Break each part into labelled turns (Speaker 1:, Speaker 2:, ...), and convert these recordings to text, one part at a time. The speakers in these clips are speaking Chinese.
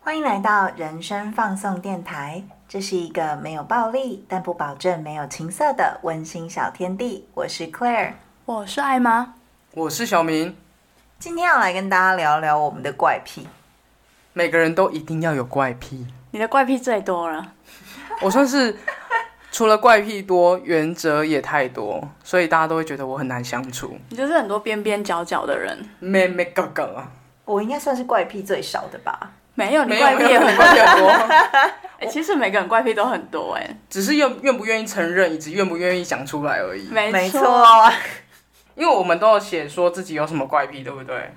Speaker 1: 欢迎来到人生放送电台，这是一个没有暴力，但不保证没有情色的温馨小天地。我是 Claire，
Speaker 2: 我哦是艾妈，
Speaker 3: 我是小明。
Speaker 1: 今天要来跟大家聊聊我们的怪癖。
Speaker 3: 每个人都一定要有怪癖，
Speaker 2: 你的怪癖最多了。
Speaker 3: 我算是除了怪癖多，原则也太多，所以大家都会觉得我很难相处。
Speaker 2: 你就是很多边边角角的人，
Speaker 3: 妹妹哥哥啊，
Speaker 1: 我应该算是怪癖最少的吧？
Speaker 2: 没有你
Speaker 3: 没有
Speaker 2: 怪癖
Speaker 3: 没有
Speaker 2: 也
Speaker 3: 没
Speaker 2: 很
Speaker 3: 有
Speaker 2: 多。
Speaker 3: 多，
Speaker 2: 哎、其实每个人怪癖都很多哎、
Speaker 3: 只是愿愿不愿意承认，以及愿不愿意讲出来而已。
Speaker 2: 没
Speaker 1: 错，
Speaker 3: 因为我们都有写说自己有什么怪癖，对不对？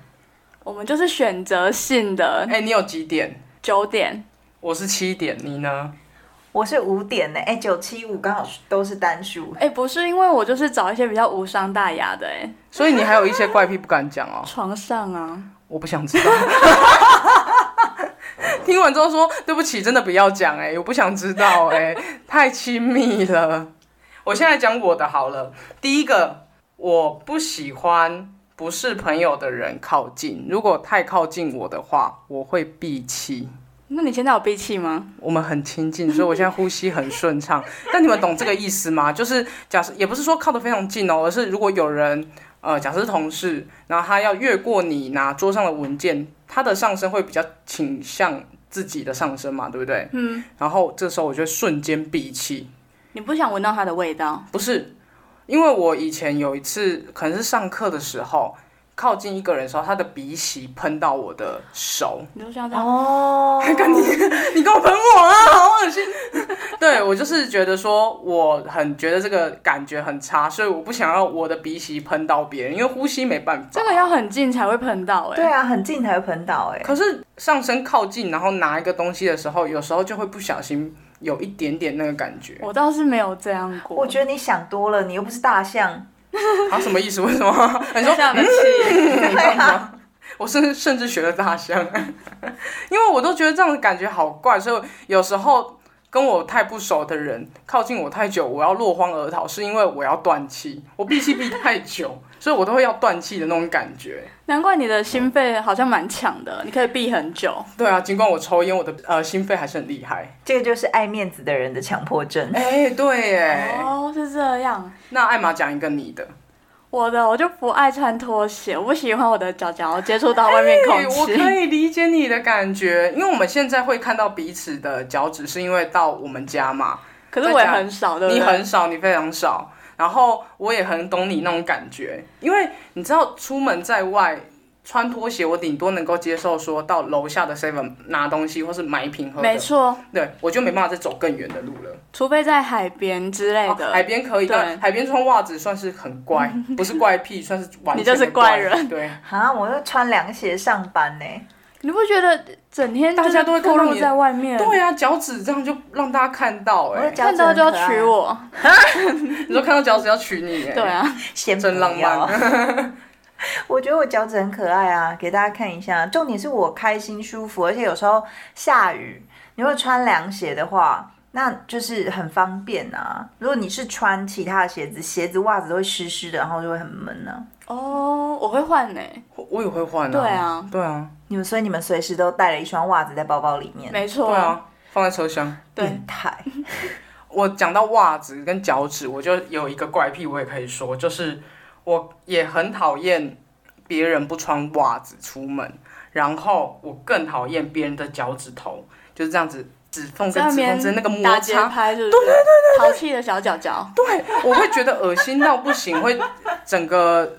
Speaker 2: 我们就是选择性的
Speaker 3: 哎、你有几点？
Speaker 2: 九点，
Speaker 3: 我是七点，你呢？
Speaker 1: 我是五点呢、哎，九七五刚好都是单数。
Speaker 2: 哎、不是因为我就是找一些比较无伤大雅的哎、
Speaker 3: 所以你还有一些怪癖不敢讲哦。
Speaker 2: 床上啊，
Speaker 3: 我不想知道。 听完之后说对不起，真的不要讲哎、我不想知道哎、太亲密了。我现在讲我的好了。第一个，我不喜欢不是朋友的人靠近，如果太靠近我的话，我会闭气。
Speaker 2: 那你现在有闭气吗？
Speaker 3: 我们很亲近，所以我现在呼吸很顺畅。但你们懂这个意思吗？就是假设也不是说靠得非常近哦，而是如果有人呃，假设是同事，然后他要越过你拿桌上的文件，他的上身会比较倾向自己的上身嘛，对不对？嗯。然后这时候我就会瞬间闭气，
Speaker 2: 你不想闻到它的味道？
Speaker 3: 不是，因为我以前有一次可能是上课的时候，靠近一个人的时候，他的鼻息喷到我的手。
Speaker 2: 你就像这 样，
Speaker 1: 哦，
Speaker 3: 你给我喷我啊，好恶心！ 对我就是觉得说，我很觉得这个感觉很差，所以我不想要我的鼻息喷到别人，因为呼吸没办法。
Speaker 2: 这个要很近才会碰到哎、
Speaker 1: 对啊，很近才会喷到哎、
Speaker 3: 可是上身靠近，然后拿一个东西的时候，有时候就会不小心有一点点那个感觉。
Speaker 2: 我倒是没有这样过。
Speaker 1: 我觉得你想多了，你又不是大象。
Speaker 3: 啊，什么意思？为什么？你说
Speaker 2: 这样的气，
Speaker 3: 你看吗？我甚甚至学了大象， 因为我都觉得这样的感觉好怪，所以有时候跟我太不熟的人靠近我太久，我要落荒而逃，是因为我要断气，我闭气闭太久，所以我都会要断气的那种感觉。
Speaker 2: 难怪你的心肺好像蛮强的，你可以闭很久。
Speaker 3: 对啊，尽管我抽烟，我的呃心肺还是很厉害。
Speaker 1: 这个就是爱面子的人的强迫症。
Speaker 3: 哎、对耶，
Speaker 2: 哦，是这样。
Speaker 3: 那艾玛讲一个你的，
Speaker 2: 我的我就不爱穿拖鞋，我不喜欢我的脚脚接触到外面空
Speaker 3: 哎我可
Speaker 2: 气。
Speaker 3: 以理解你的感觉，因为我们现在会看到彼此的脚趾，是因为到我们家嘛，
Speaker 2: 可是我也很少，对不
Speaker 3: 你
Speaker 2: 对？
Speaker 3: 很少，你非常少。然后我也很懂你那种感觉，因为你知道出门在外穿拖鞋，我顶多能够接受说到楼下的 seven 拿东西或是买一瓶喝
Speaker 2: 没
Speaker 3: 的，
Speaker 2: 错，
Speaker 3: 对我就没办法再走更远的路了。
Speaker 2: 除非在海边之类
Speaker 3: 哦
Speaker 2: 的。
Speaker 3: 海边可以，
Speaker 2: 对
Speaker 3: 但海边穿袜子算是 很乖，不是怪癖，算是完全
Speaker 2: 你就是
Speaker 3: 的怪
Speaker 2: 怪人。
Speaker 3: 对，
Speaker 1: 啊，我要穿凉鞋上班呢、
Speaker 2: 你不觉得整天就是
Speaker 3: 大家都会
Speaker 2: 暴
Speaker 3: 透露
Speaker 2: 露
Speaker 3: 你的
Speaker 2: 在外面？
Speaker 3: 对啊，脚趾这样就让大家看到、
Speaker 1: 我
Speaker 3: 哎
Speaker 1: 的，脚
Speaker 2: 看
Speaker 1: 趾很
Speaker 2: 到就要
Speaker 1: 可爱
Speaker 2: 娶，我。
Speaker 3: 你说看到脚趾要娶你、哎，
Speaker 2: 对，啊，
Speaker 1: 先
Speaker 3: 真
Speaker 1: 不
Speaker 3: 浪
Speaker 1: 要
Speaker 3: 漫。
Speaker 1: 我觉得我脚趾很可爱啊，给大家看一下。重点是我开心舒服，而且有时候下雨，你会穿凉鞋的话，那就是很方便啊。如果你是穿其他的鞋子，鞋子、袜子都会湿湿的，然后就会很闷呢、啊。
Speaker 2: 哦，我会换呢、
Speaker 3: 我我也会换啊。
Speaker 2: 对啊，
Speaker 3: 对啊，
Speaker 1: 你们所以你们随时都带了一双袜子在包包里面，
Speaker 2: 没错。
Speaker 3: 对啊，放在车厢。
Speaker 2: 对
Speaker 1: 变态。
Speaker 3: 我讲到袜子跟脚趾，我就有一个怪癖，我也可以说，就是我也很讨厌别人不穿袜子出门，然后我更讨厌别人的脚趾头就是这样子，指缝
Speaker 2: 在
Speaker 3: 跟
Speaker 2: 那
Speaker 3: 指缝
Speaker 2: 边
Speaker 3: 之间那个摩
Speaker 2: 打节
Speaker 3: 擦，
Speaker 2: 拍是不是？对对对淘气的小脚脚，
Speaker 3: 对我会觉得恶心到不行，会整个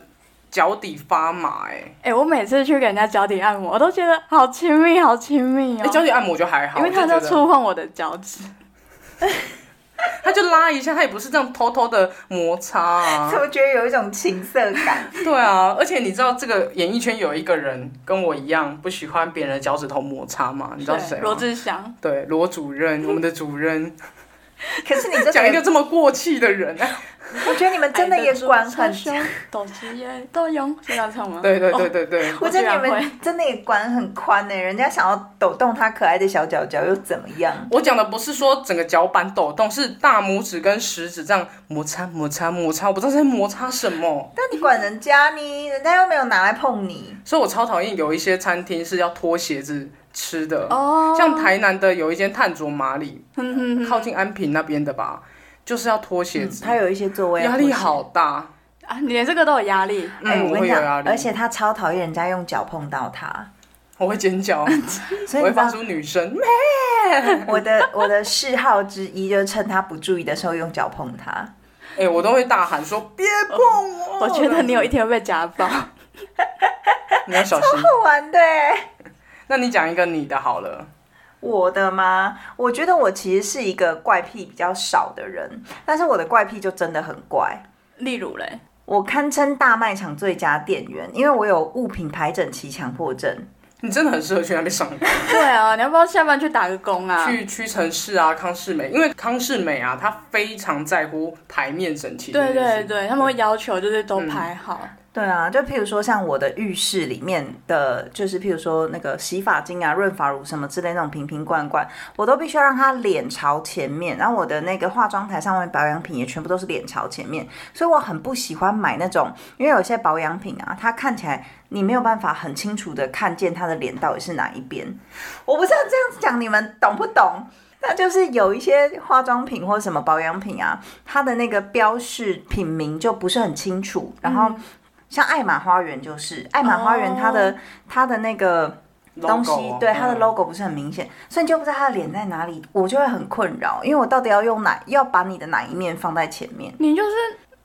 Speaker 3: 脚底发麻、欸，
Speaker 2: 哎、我每次去给人家脚底按摩，我都觉得好亲密，好亲密
Speaker 3: 哎、
Speaker 2: 哦、
Speaker 3: 脚底按摩就还好，
Speaker 2: 因为他
Speaker 3: 我
Speaker 2: 在
Speaker 3: 就觉得
Speaker 2: 触碰我的脚趾。
Speaker 3: 他就拉一下，他也不是这样偷偷的摩 擦啊，
Speaker 1: 怎么觉得有一种情色感？
Speaker 3: 对啊，而且你知道这个演艺圈有一个人跟我一样不喜欢别人的脚趾头摩擦吗？你知道是谁
Speaker 2: 对
Speaker 3: 吗？
Speaker 2: 罗志祥，
Speaker 3: 对，罗主任，我们的主 任，
Speaker 1: 可是你这
Speaker 3: 讲一个这么过气的人，
Speaker 1: 我觉得你们真的也管很
Speaker 2: 凶， 斗鸡眼斗勇，是这样唱吗？
Speaker 3: 对对对
Speaker 2: 哦，
Speaker 3: 对对，
Speaker 1: 我觉得你
Speaker 2: 我居 然
Speaker 1: 们真的也管很宽呢、人家想要抖动他可爱的小脚脚又怎么样？
Speaker 3: 我讲的不是说整个脚板抖动，是大拇指跟食指这样摩擦摩擦摩擦，我不知道在摩擦什么，
Speaker 1: 但你管人家呢，人家又没有拿来碰你。
Speaker 3: 所以我超讨厌有一些餐厅是要脱鞋子吃的，
Speaker 2: 哦，嗯
Speaker 3: 像台南的有一间炭灼麻里，
Speaker 2: 哼哼哼
Speaker 3: 靠近安平那边的吧，就是要脱鞋子，
Speaker 1: 它嗯有一些座位要
Speaker 3: 压力
Speaker 1: 脱鞋
Speaker 3: 好大。
Speaker 2: 啊，你连这个都有压力，
Speaker 1: 哎、
Speaker 3: 嗯，
Speaker 1: 我跟
Speaker 3: 会
Speaker 1: 你
Speaker 3: 有
Speaker 1: 讲
Speaker 3: 压，力，
Speaker 1: 而且他超讨厌人家用脚碰到他，
Speaker 3: 我会尖叫，
Speaker 2: 嗯
Speaker 1: 所
Speaker 3: 我
Speaker 1: 以你
Speaker 3: 会
Speaker 1: 知道
Speaker 3: 发出女声。
Speaker 1: 我的我的嗜好之一就是趁他不注意的时候用脚碰他。
Speaker 3: 哎、我都会大喊说：“ 别碰我！”
Speaker 2: 我觉得你有一天会被家暴。
Speaker 3: 啊你要小心。
Speaker 1: 不玩的欸、
Speaker 3: 那你讲一个你的好了。
Speaker 1: 我的吗？我觉得我其实是一个怪癖比较少的人，但是我的怪癖就真的很怪。
Speaker 2: 例如嘞，
Speaker 1: 我堪称大卖场最佳店员，因为我有物品排整齐强迫症。
Speaker 3: 你真的很适合去那边上 班，
Speaker 2: 对啊，你要不要下班去打个工啊？
Speaker 3: 去屈臣氏啊、康士美，因为康士美啊，它非常在乎牌面整齐这
Speaker 2: 对
Speaker 3: 件
Speaker 2: 对
Speaker 3: 事。
Speaker 2: 对，他们会要求就是都排好。
Speaker 3: 嗯
Speaker 1: 对啊，就譬如说像我的浴室里面的，就是譬如说那个洗发精啊、润发乳什么之类那种瓶瓶罐罐，我都必须要让它脸朝前面，然后我的那个化妆台上面保养品也全部都是脸朝前面，所以我很不喜欢买那种，因为有些保养品啊，它看起来你没有办法很清楚的看见它的脸到底是哪一边。我不知道这样子讲你们懂不懂？那就是有一些化妆品或什么保养品啊，它的那个标示品名就不是很清楚，然后像爱玛花园就是爱玛花园，它的、它的那个东西
Speaker 3: logo 哦
Speaker 1: 对它的
Speaker 3: 嗯
Speaker 1: logo 不是很明显，所以你就不知道它的脸在哪里，我就会很困扰，因为我到底要用哪，要把你的哪一面放在前面？
Speaker 2: 你就是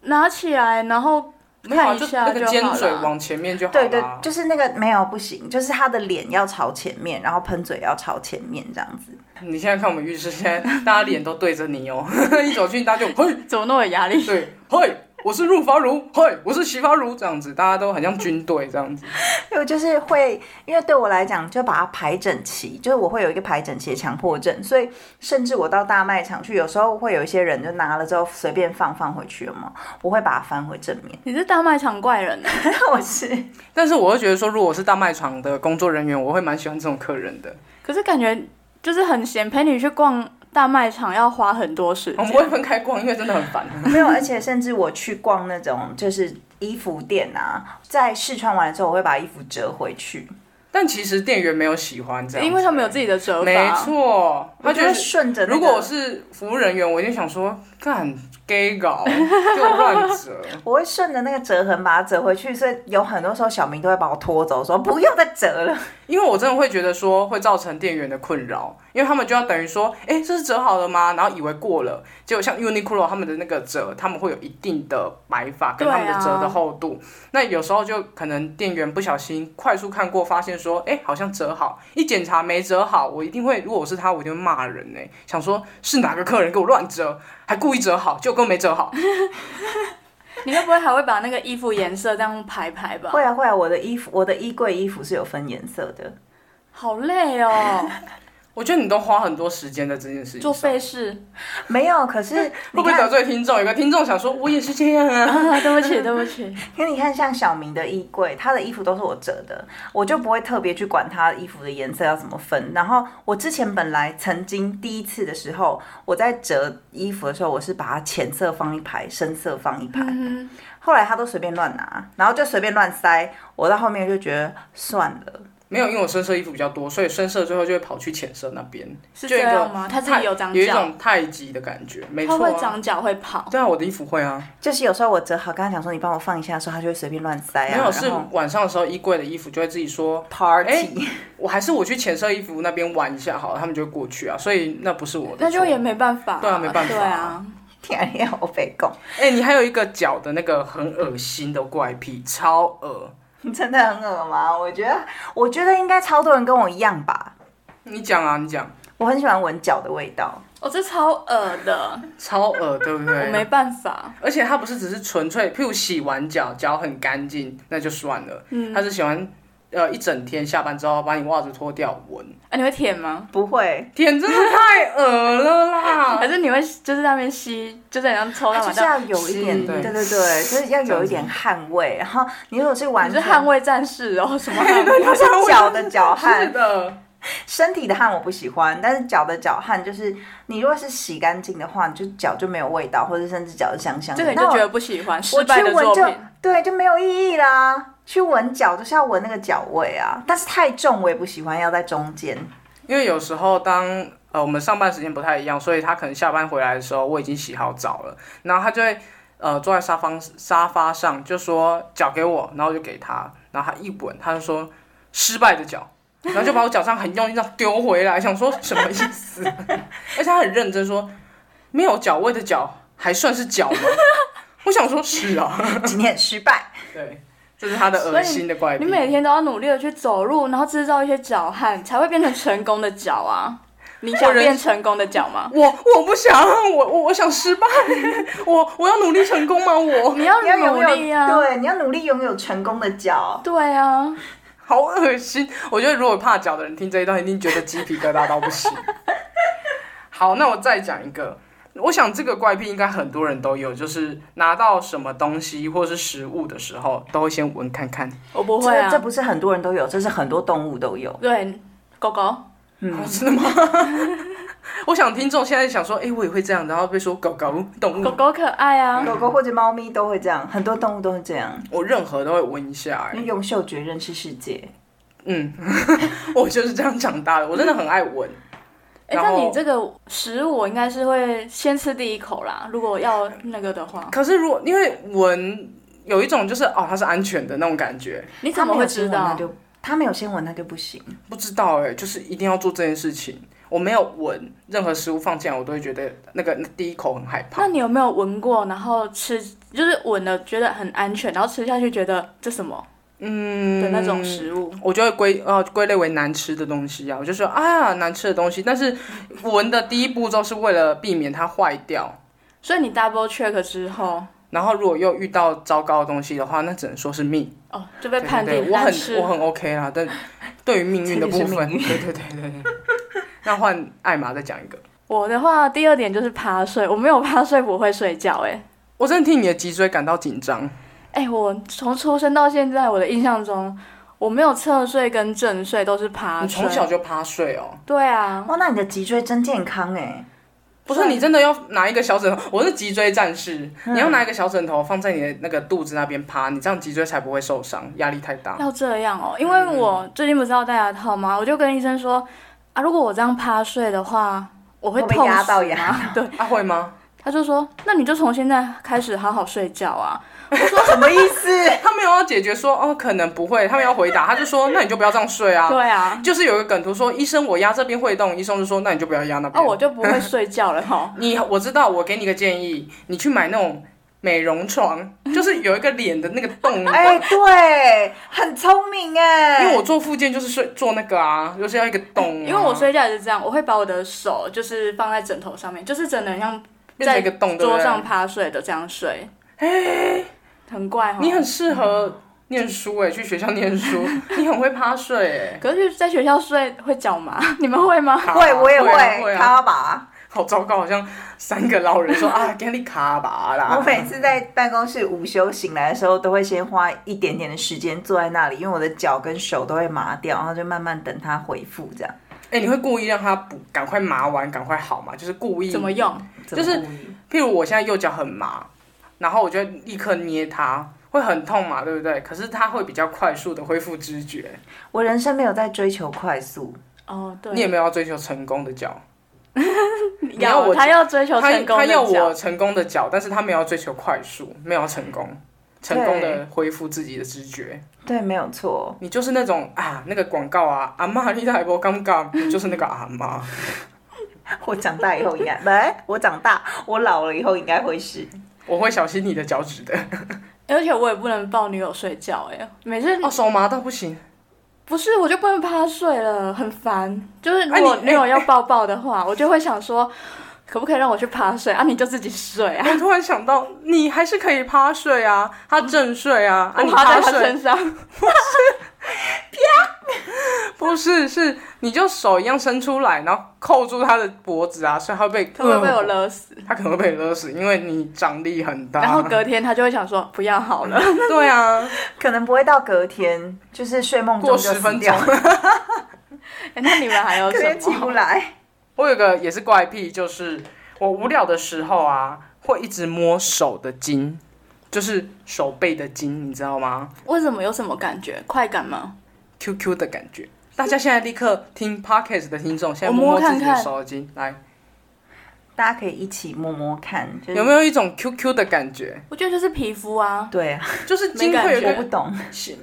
Speaker 2: 拿起来，然后
Speaker 3: 没有啊，
Speaker 2: 看一
Speaker 3: 就
Speaker 2: 下
Speaker 3: 那个
Speaker 2: 就
Speaker 3: 尖
Speaker 2: 好
Speaker 3: 嘴
Speaker 2: 了
Speaker 3: 往前面就好
Speaker 1: 对对
Speaker 3: 啦，
Speaker 1: 就是那个没有不行，就是他的脸要朝前面，然后喷嘴要朝前面这样子。
Speaker 3: 你现在看我们浴室，现在大家脸都对着你哦， 一走进去大家就嘿，
Speaker 2: 怎么那么有压力？
Speaker 3: 对，嘿，我是入发如，嘿，我是洗发如，这样子，大家都很像军队这样子。
Speaker 1: 因为我就是会，因为对我来讲，就把它排整齐，就是我会有一个排整齐的强迫症，所以甚至我到大卖场去，有时候会有一些人就拿了之后随便放放回去了嘛，我会把它翻回正面。
Speaker 2: 你是大卖场怪人呢、欸
Speaker 1: 我是
Speaker 3: 但是我会觉得说，如果我是大卖场的工作人员，我会蛮喜欢这种客人的。
Speaker 2: 可是感觉就是很闲，陪你去逛大卖场要花很多时
Speaker 3: 我们
Speaker 2: 间。
Speaker 3: 不会分开逛，因为真的很 烦。
Speaker 1: 没有，而且甚至我去逛那种就是衣服店啊，在试穿完了之后，我会把衣服折回去，
Speaker 3: 但其实店员没有喜欢这样子，
Speaker 2: 因为他们有自己的折法，
Speaker 3: 没错，
Speaker 1: 我
Speaker 3: 他
Speaker 1: 就
Speaker 3: 觉
Speaker 1: 会
Speaker 3: 得。
Speaker 1: 顺着、那个。
Speaker 3: 如果我是服务人员，我一定想说干 gay 搞， 给我乱折。
Speaker 1: 我会顺着那个折痕把它折回去，所以有很多时候小明都会把我拖走，说不要再折 了。
Speaker 3: 因为我真的会觉得说会造成店员的困扰，因为他们就要等于说，哎，这是折好了吗？然后以为过了，结果像 Uniqlo 他们的那个折，他们会有一定的摆法跟
Speaker 2: 对啊
Speaker 3: 他们的折的厚度，那有时候就可能店员不小心快速看过，发现说，哎，好像折好，一检查没折好，我一定会，如果我是他，我一定会骂人呢、想说是哪个客人给我乱折，还故意折好，结果根本没折好，
Speaker 2: 你该不会还会把那个衣服颜色这样排排吧？
Speaker 1: 会啊会啊，我的衣服，我的衣柜衣服是有分颜色的。
Speaker 2: 好累 哦，
Speaker 3: 我觉得你都花很多时间在这件事情
Speaker 2: 做
Speaker 3: 上，
Speaker 2: 费 事
Speaker 1: 没有，可是
Speaker 3: 会
Speaker 1: 你
Speaker 3: 不会得
Speaker 1: 看，
Speaker 3: 罪听众？有个听众想说，我也是这样啊。
Speaker 2: 啊！对不起，对不起，
Speaker 1: 可你看，像小明的衣柜，他的衣服都是我折的，我就不会特别去管他衣服的颜色要怎么分。然后我之前本来曾经第一次的时候，我在折衣服的时候，我是把它浅色放一排，深色放一排，
Speaker 2: 嗯哼，
Speaker 1: 后来他都随便乱拿，然后就随便乱塞。我到后面就觉得算了。
Speaker 3: 没有，因为我深色衣服比较多，所以深色最后就会跑去浅色那边，
Speaker 2: 是
Speaker 3: 就
Speaker 2: 这
Speaker 3: 有一
Speaker 2: 样
Speaker 3: 个
Speaker 2: 吗？他啊自己有长
Speaker 3: 有一
Speaker 2: 脚，
Speaker 3: 种太极的感觉，没
Speaker 2: 他
Speaker 3: 错、
Speaker 2: 会
Speaker 3: 啊。
Speaker 2: 长脚会跑，
Speaker 3: 对啊，我的衣服会啊，
Speaker 1: 就是有时候我折好，跟他讲说你帮我放一下的时候，他就会随便乱塞啊。
Speaker 2: 哎
Speaker 3: 没有是哎
Speaker 1: 然后
Speaker 3: 晚上的时候，衣柜的衣服就会自己说，
Speaker 1: party，、
Speaker 3: 我还是我去浅色衣服那边玩一下好了，他们就会过去啊，所以那不是我的
Speaker 2: 那
Speaker 3: 错。
Speaker 2: 就也没办法，
Speaker 3: 对啊没办法
Speaker 2: 对啊，
Speaker 1: 天啊，你好被供，
Speaker 3: 哎、你还有一个脚的那个很恶心的怪癖，超恶。
Speaker 1: 你 真的很恶吗？我觉得，我觉得应该超多人跟我一样吧。
Speaker 3: 你讲啊，你讲，
Speaker 1: 我很喜欢闻脚的味道，
Speaker 2: 我、哦这超恶 的，
Speaker 3: 超恶，对不
Speaker 2: 我
Speaker 3: 对？
Speaker 2: 没办法。
Speaker 3: 而且它不是只是纯粹，譬如洗完脚，脚很干净，那就算了。
Speaker 2: 嗯
Speaker 3: 他是喜欢呃一整天下班之后把你袜子脱掉闻，
Speaker 2: 啊，你会舔吗？
Speaker 1: 不会，
Speaker 3: 天真的太恶了啦！
Speaker 2: 还是你会就是在那边吸，就是很像抽
Speaker 1: 它
Speaker 2: 到
Speaker 1: 就
Speaker 2: 马
Speaker 1: 是
Speaker 2: 上，
Speaker 1: 要有一点，
Speaker 3: 是
Speaker 1: 对
Speaker 3: 对
Speaker 1: 对对，就是要有一点汗味。然后你如果是完
Speaker 2: 你是
Speaker 1: 全
Speaker 2: 捍卫战士 哦，什么捍卫？
Speaker 1: 是脚的脚汗
Speaker 3: 是，的，
Speaker 1: 身体的汗我不喜欢，但是脚的脚汗就是你如果是洗干净的话，你就脚就没有味道，或者甚至脚是香香的。
Speaker 2: 这个你就
Speaker 1: 那我
Speaker 2: 觉得不喜欢，
Speaker 1: 我
Speaker 2: 失败
Speaker 1: 去
Speaker 2: 的
Speaker 1: 闻
Speaker 2: 作
Speaker 1: 就
Speaker 2: 品。
Speaker 1: 对就没有意义啦。去闻脚就是要闻那个脚味啊，但是太重我也不喜欢，要在中间。
Speaker 3: 因为有时候当呃我们上班时间不太一样，所以他可能下班回来的时候我已经洗好澡了，然后他就会呃坐在沙发沙发上就说脚给我，然后我就给他，然后他一闻他就说失败的脚，然后就把我脚上很用力这样丢回来，想说什么意思？而且他很认真说没有脚味的脚还算是脚吗？我想说是啊，
Speaker 1: 今天很失败，
Speaker 3: 对，这是他的恶心的怪
Speaker 2: 你
Speaker 3: 癖。
Speaker 2: 每天都要努力的去走路，然后制造一些脚汗，才会变成成功的脚啊。你想
Speaker 3: 人
Speaker 2: 变成功的脚吗？
Speaker 3: 我我不想，我我我想失败，我我要努力成功吗？我
Speaker 2: 你要
Speaker 1: 你要拥
Speaker 2: 努力
Speaker 1: 有、
Speaker 2: 啊！
Speaker 1: 对，你要努力拥有成功的脚。
Speaker 2: 对啊，
Speaker 3: 好恶心！我觉得如果怕脚的人听这一段，一定觉得鸡皮疙瘩到不行。好，那我再讲一个，我想这个怪癖应该很多人都有，就是拿到什么东西或是食物的时候，都会先闻看看，
Speaker 2: 我不会啊
Speaker 1: 这这。不是很多人都有，这是很多动物都有。
Speaker 2: 对，狗狗，
Speaker 3: 哦真的吗？ 我想听众现在想说，哎、我也会这样，然后被说狗狗动
Speaker 2: 狗
Speaker 3: 物，
Speaker 2: 狗可爱啊。
Speaker 1: 狗狗或者猫咪都会这样，很多动物都是这样，
Speaker 3: 我任何都会闻一下、
Speaker 1: 因
Speaker 3: 哎
Speaker 1: 为用嗅觉认识世界。
Speaker 3: 嗯， 我就是这样长大的，我真的很爱闻。
Speaker 2: 哎、
Speaker 3: 然
Speaker 2: 那
Speaker 3: 后
Speaker 2: 你这个食物，我应该是会先吃第一口啦。如果要那个的话，
Speaker 3: 可是如果因为闻有一种就是哦，它是安全的那种感觉，
Speaker 2: 你怎么会知
Speaker 1: 它没有先闻
Speaker 2: 道
Speaker 1: 那？就它没有先闻，那就不行。
Speaker 3: 不知道哎、就是一定要做这件事情。我没有闻任何食物放进来，我都会觉得那个第一口很害怕
Speaker 2: 那。你有没有闻过，然后吃就是闻了觉得很安全，然后吃下去觉得这什么？嗯的那种食物，
Speaker 3: 我就会归呃归类为难吃的东西啊，我就说啊难吃的东西，但是闻的第一步骤是为了避免它坏掉，
Speaker 2: 所以你 double check 之后，
Speaker 3: 然后如果又遇到糟糕的东西的话，那只能说是命。
Speaker 2: 哦，就被
Speaker 3: 对
Speaker 2: 判
Speaker 3: 对
Speaker 2: 定
Speaker 3: 对我
Speaker 2: 难
Speaker 3: 很
Speaker 2: 吃
Speaker 3: 我。很 OK 啦，但对于命运的部
Speaker 1: 这个
Speaker 3: 分，
Speaker 1: 是
Speaker 3: 对对对对对。那换艾玛再讲一个，
Speaker 2: 我的话，第二点就是趴睡，我没有 趴睡不会睡觉、欸，
Speaker 3: 我真的替你的脊椎感到紧张。
Speaker 2: 哎、我从出生到现在，我的印象中，我没有侧睡跟正睡，都是趴
Speaker 3: 你
Speaker 2: 睡。
Speaker 3: 从小就趴睡哦。
Speaker 2: 对啊，
Speaker 1: 哇，那你的脊椎真健康哎！
Speaker 3: 不是你真的要拿一个小枕头，我是脊椎战士，
Speaker 2: 嗯
Speaker 3: 你要拿一个小枕头放在你的那个肚子那边趴，你这样脊椎才不会受伤，压力太大。
Speaker 2: 要这样哦，因
Speaker 3: 嗯
Speaker 2: 为我最近不是要戴牙套吗？我就跟医生说啊，如果我这样趴睡的话，我会
Speaker 1: 会被
Speaker 2: 痛
Speaker 1: 压到
Speaker 2: 死
Speaker 1: 牙
Speaker 2: 吗？对，
Speaker 3: 啊，会吗？
Speaker 2: 他就说，那你就从现在开始好好睡觉啊。
Speaker 1: 什么意思？
Speaker 3: 他没有要解决说哦，可能不会，他们要回答，他就说那你就不要这样睡啊。
Speaker 2: 对啊，
Speaker 3: 就是有一个梗图说医生我压这边会动，医生就说那你就不要压那
Speaker 2: 啊
Speaker 3: 边。
Speaker 2: 我就不会睡觉了 哈。
Speaker 3: 你我知道，我给你个建议，你去买那种美 容床，就是有一个脸的那个洞。
Speaker 1: 哎、对，很聪明哎。
Speaker 3: 因为我做附件就是睡做那个啊，就是要一个洞、啊，
Speaker 2: 因为我睡觉也是这样，我会把我的手就是放在枕头上面，就是整个很像
Speaker 3: 变成一个洞，对不
Speaker 2: 桌
Speaker 3: 对
Speaker 2: 上趴睡的这样睡。哎，很怪哈。
Speaker 3: 你很适合念书哎、去学校念 书，你很会趴睡哎、
Speaker 2: 可是在学校睡会脚麻， 你们会吗？
Speaker 3: 卡
Speaker 1: 会，我也
Speaker 3: 啊
Speaker 1: 会
Speaker 3: 会啊，
Speaker 1: 卡吧。
Speaker 3: 好糟糕，好像三个老 人说啊，给你卡吧啦。
Speaker 1: 我每次在办公室午休醒来的时候，都会先花一点点的时间坐在那里，因为我的脚跟手都会麻掉，然后就慢慢等它恢复这样。
Speaker 3: 哎、你会故意让他补，赶快麻完，赶快好嘛，就是故意。
Speaker 2: 怎么用？
Speaker 3: 就是譬如我现在右脚很麻，然后我就立刻捏它，会很痛嘛，对不对？可是它会比较快速的恢复知觉。
Speaker 1: 我人生没有在追求快速，
Speaker 2: 哦，对，
Speaker 3: 你也没有要追求成功的脚，你要
Speaker 2: 要
Speaker 3: 我
Speaker 2: 他要追求
Speaker 3: 他
Speaker 2: 成功
Speaker 3: 他
Speaker 2: 的
Speaker 3: 要我
Speaker 2: 脚，
Speaker 3: 成功的脚，但是他没有要追求快速，没有要成功，成功的恢复自己的知觉。
Speaker 1: 对，没有错。
Speaker 3: 你就是那种啊，那个广告啊，阿妈你来不尴尬，你就是那个阿妈。
Speaker 1: 我长大以后应该，没，我长大，我老了以后应该会是。
Speaker 3: 我会小心你的脚趾的。
Speaker 2: 而且我也不能抱女友睡觉，哎，每次
Speaker 3: 哦，手麻到不行。
Speaker 2: 不是我就不能趴睡了，很烦。就是
Speaker 3: 啊
Speaker 2: 如
Speaker 3: 你
Speaker 2: 果女友要抱抱的话，我就会想说，可不可以让我去趴睡啊？你就自己睡啊，
Speaker 3: 我突然想到，你还是可以趴睡啊，他正睡啊，啊
Speaker 2: 我
Speaker 3: 你
Speaker 2: 哦趴在
Speaker 3: 趴
Speaker 2: 他
Speaker 3: 睡
Speaker 2: 身上。
Speaker 3: 不是是，你就手一样伸出来，然后扣住他的脖子啊，所以他会被
Speaker 2: 他会被我勒死，
Speaker 3: 他可能会被勒死，因为你掌力很大。
Speaker 2: 然后 隔天他就会想说不要好了，
Speaker 3: 对啊，
Speaker 1: 可能不会到隔天，就是睡梦中
Speaker 3: 过
Speaker 1: 就
Speaker 3: 十
Speaker 1: 死
Speaker 3: 分钟
Speaker 1: 掉，。
Speaker 2: 哎那你们还有
Speaker 1: 隔天
Speaker 2: 什
Speaker 1: 起
Speaker 2: 么
Speaker 1: 不？来。
Speaker 3: 我有个也是怪癖，就是我无聊的时候啊，会一直摸手的筋，就是手背的筋，你知道吗
Speaker 2: 为什么有什么感觉？快感吗？
Speaker 3: ？QQ 的感觉。大家现在立刻听 Podcast 的听众，现在
Speaker 2: 我
Speaker 3: 摸
Speaker 2: 摸看
Speaker 3: 自己的
Speaker 2: 看
Speaker 3: 手筋，来，
Speaker 1: 大家可以一起摸摸看，就是、
Speaker 3: 有没有一种 QQ 的感觉？
Speaker 2: 我觉得就是皮肤啊，
Speaker 1: 对啊，
Speaker 3: 就是
Speaker 2: 没
Speaker 3: 筋
Speaker 2: 感
Speaker 3: 会有一
Speaker 2: 觉
Speaker 1: 我
Speaker 3: 个
Speaker 1: 不 懂。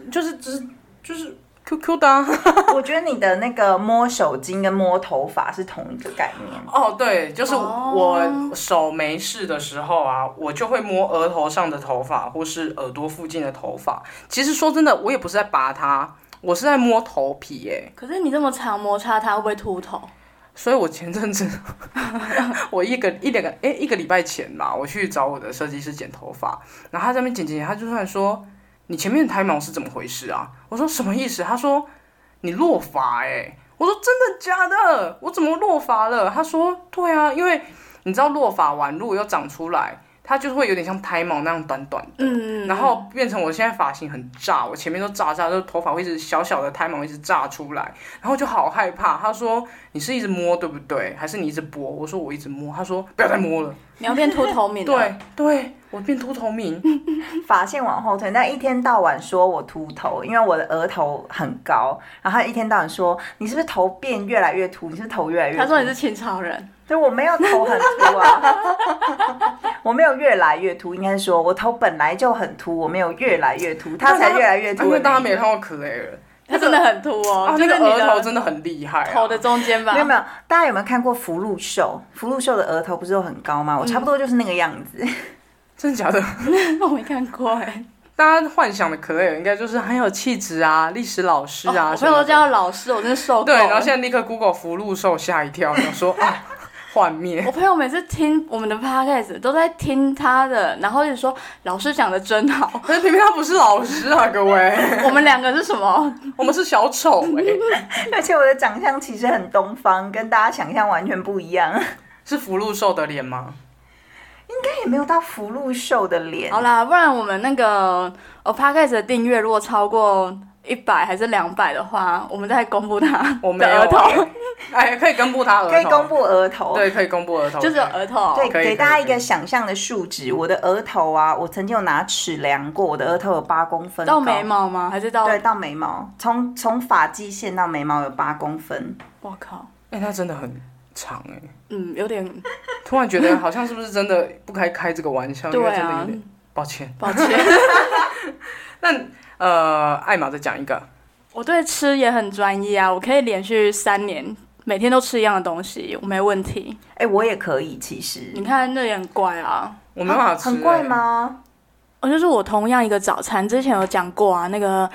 Speaker 3: 就是只是就是 QQ 的、啊、
Speaker 1: 我觉得你的那个摸手筋跟摸头发是同一个概念。
Speaker 3: 哦，对，就是
Speaker 2: 哦
Speaker 3: 我手没事的时候啊，我就会摸额头上的头发或是耳朵附近的头发。其实说真的，我也不是在拔它，我是在摸头皮耶、
Speaker 2: 可是你这么常摩擦它，会不会秃头？
Speaker 3: 所以我前阵子， 我一个一两个哎、一个礼拜前吧，我去找我的设计师剪头发，然后他在那边剪剪剪，他就突然说：“你前面的胎毛是怎么回事啊？”我说：“什么意思？”他说：“你落发哎、我说：“真的假的？我怎么落发了？”他说：“对啊，因为你知道落发完如果又长出来，它就会有点像胎毛那样短短的。”
Speaker 2: 嗯，
Speaker 3: 然后变成我现在发型很炸，我前面都炸炸，就是头发会一直小小的胎毛一直炸出来，然后就好害怕。他说你是一直摸对不对，还是你一直拨？我说我一直摸。他说不要再摸了。
Speaker 2: 你要变秃头敏了。
Speaker 3: 对对，我变秃头民。
Speaker 2: 嗯
Speaker 1: 发线往后推，但一天到晚说我秃头，因为我的额头很高，然后他一天到晚说你是不是头变越来越秃，你是不是头越来越秃？
Speaker 2: 他说你是清朝人，
Speaker 1: 对我没有头很秃啊， 我没有越来越秃，应该是说我头本来就很秃，我没有越来越秃，它才越来越
Speaker 3: 因
Speaker 1: 秃
Speaker 3: 为
Speaker 1: 的
Speaker 3: 大
Speaker 1: 那
Speaker 3: 家
Speaker 1: 一
Speaker 3: 没
Speaker 1: 天。
Speaker 3: 看过可雷尔，
Speaker 2: 他真的很秃哦
Speaker 3: 啊，，
Speaker 2: 就
Speaker 3: 那
Speaker 2: 是
Speaker 3: 个
Speaker 2: 你
Speaker 3: 额头
Speaker 2: 的
Speaker 3: 真的很厉害、啊。
Speaker 2: 头的中间吧
Speaker 1: 没。有没有，大家有没有看过福禄寿？福禄寿的额头不是都很高
Speaker 3: 嗯
Speaker 1: 吗？我差不多就是那个样子。
Speaker 3: 真的假的？
Speaker 2: 我没看过哎，
Speaker 3: 大家幻想的可雷尔应该就是很有气质啊，历史老师啊，
Speaker 2: 哦我
Speaker 3: 什
Speaker 2: 朋
Speaker 3: 么
Speaker 2: 友
Speaker 3: 的
Speaker 2: 都叫他老师，我真是受够
Speaker 3: 对，然后
Speaker 2: 了
Speaker 3: 现。在立刻 Google 福禄寿吓一跳，想说啊幻灭。
Speaker 2: 我朋友每次听我们的 podcast 都在听他的，然后就说老师讲的真 好。
Speaker 3: 可是偏偏他不是老师啊，各位。
Speaker 2: 我们两个是什么？
Speaker 3: 我们是小丑哎、
Speaker 1: 而且我的长相其实很东方，跟大家想象完全不一样，
Speaker 3: 是福禄寿的脸吗？
Speaker 1: 但也没有到福禄寿的脸。
Speaker 2: 好啦，不然我们那个呃 podcast 的订阅如果超过一百还是两百的话，我们再公布他
Speaker 3: 我没
Speaker 2: 的
Speaker 3: 有
Speaker 2: 额头，
Speaker 3: 哎，可以公布他额头，
Speaker 1: 可以公，布额头，
Speaker 3: 对，可以公布额头，
Speaker 2: 就是有额头。
Speaker 1: 对，
Speaker 3: 可以
Speaker 1: 给大
Speaker 3: 可
Speaker 1: 家
Speaker 3: 以
Speaker 1: 一
Speaker 3: 可
Speaker 1: 个
Speaker 3: 以
Speaker 1: 想象的数值。我的额头啊，我曾经有拿尺量过，我的额头有八公分
Speaker 2: 到
Speaker 1: 高
Speaker 2: 眉，毛吗？还是
Speaker 3: 哦
Speaker 2: 到？
Speaker 1: 对，到眉毛，从从发际线到眉毛有八公分。
Speaker 2: 我靠，
Speaker 3: 哎、那真的很长哎、
Speaker 2: 嗯，有点
Speaker 3: 突然觉得好像是不是真的不该开这个玩笑，因
Speaker 2: 对
Speaker 3: 为真的有
Speaker 2: 啊，
Speaker 3: 点抱歉。
Speaker 2: 抱歉。
Speaker 3: 那呃，艾玛再讲一个，
Speaker 2: 我对吃也很专一啊，我可以连续三年每天都吃一样的东西，我没问题。
Speaker 1: 哎、我也可以，其实
Speaker 2: 你看那也很怪啊。
Speaker 3: 我没办法吃、欸
Speaker 1: 很贵？吗？
Speaker 2: 我就是我同样一个早餐，之前有讲过啊，那个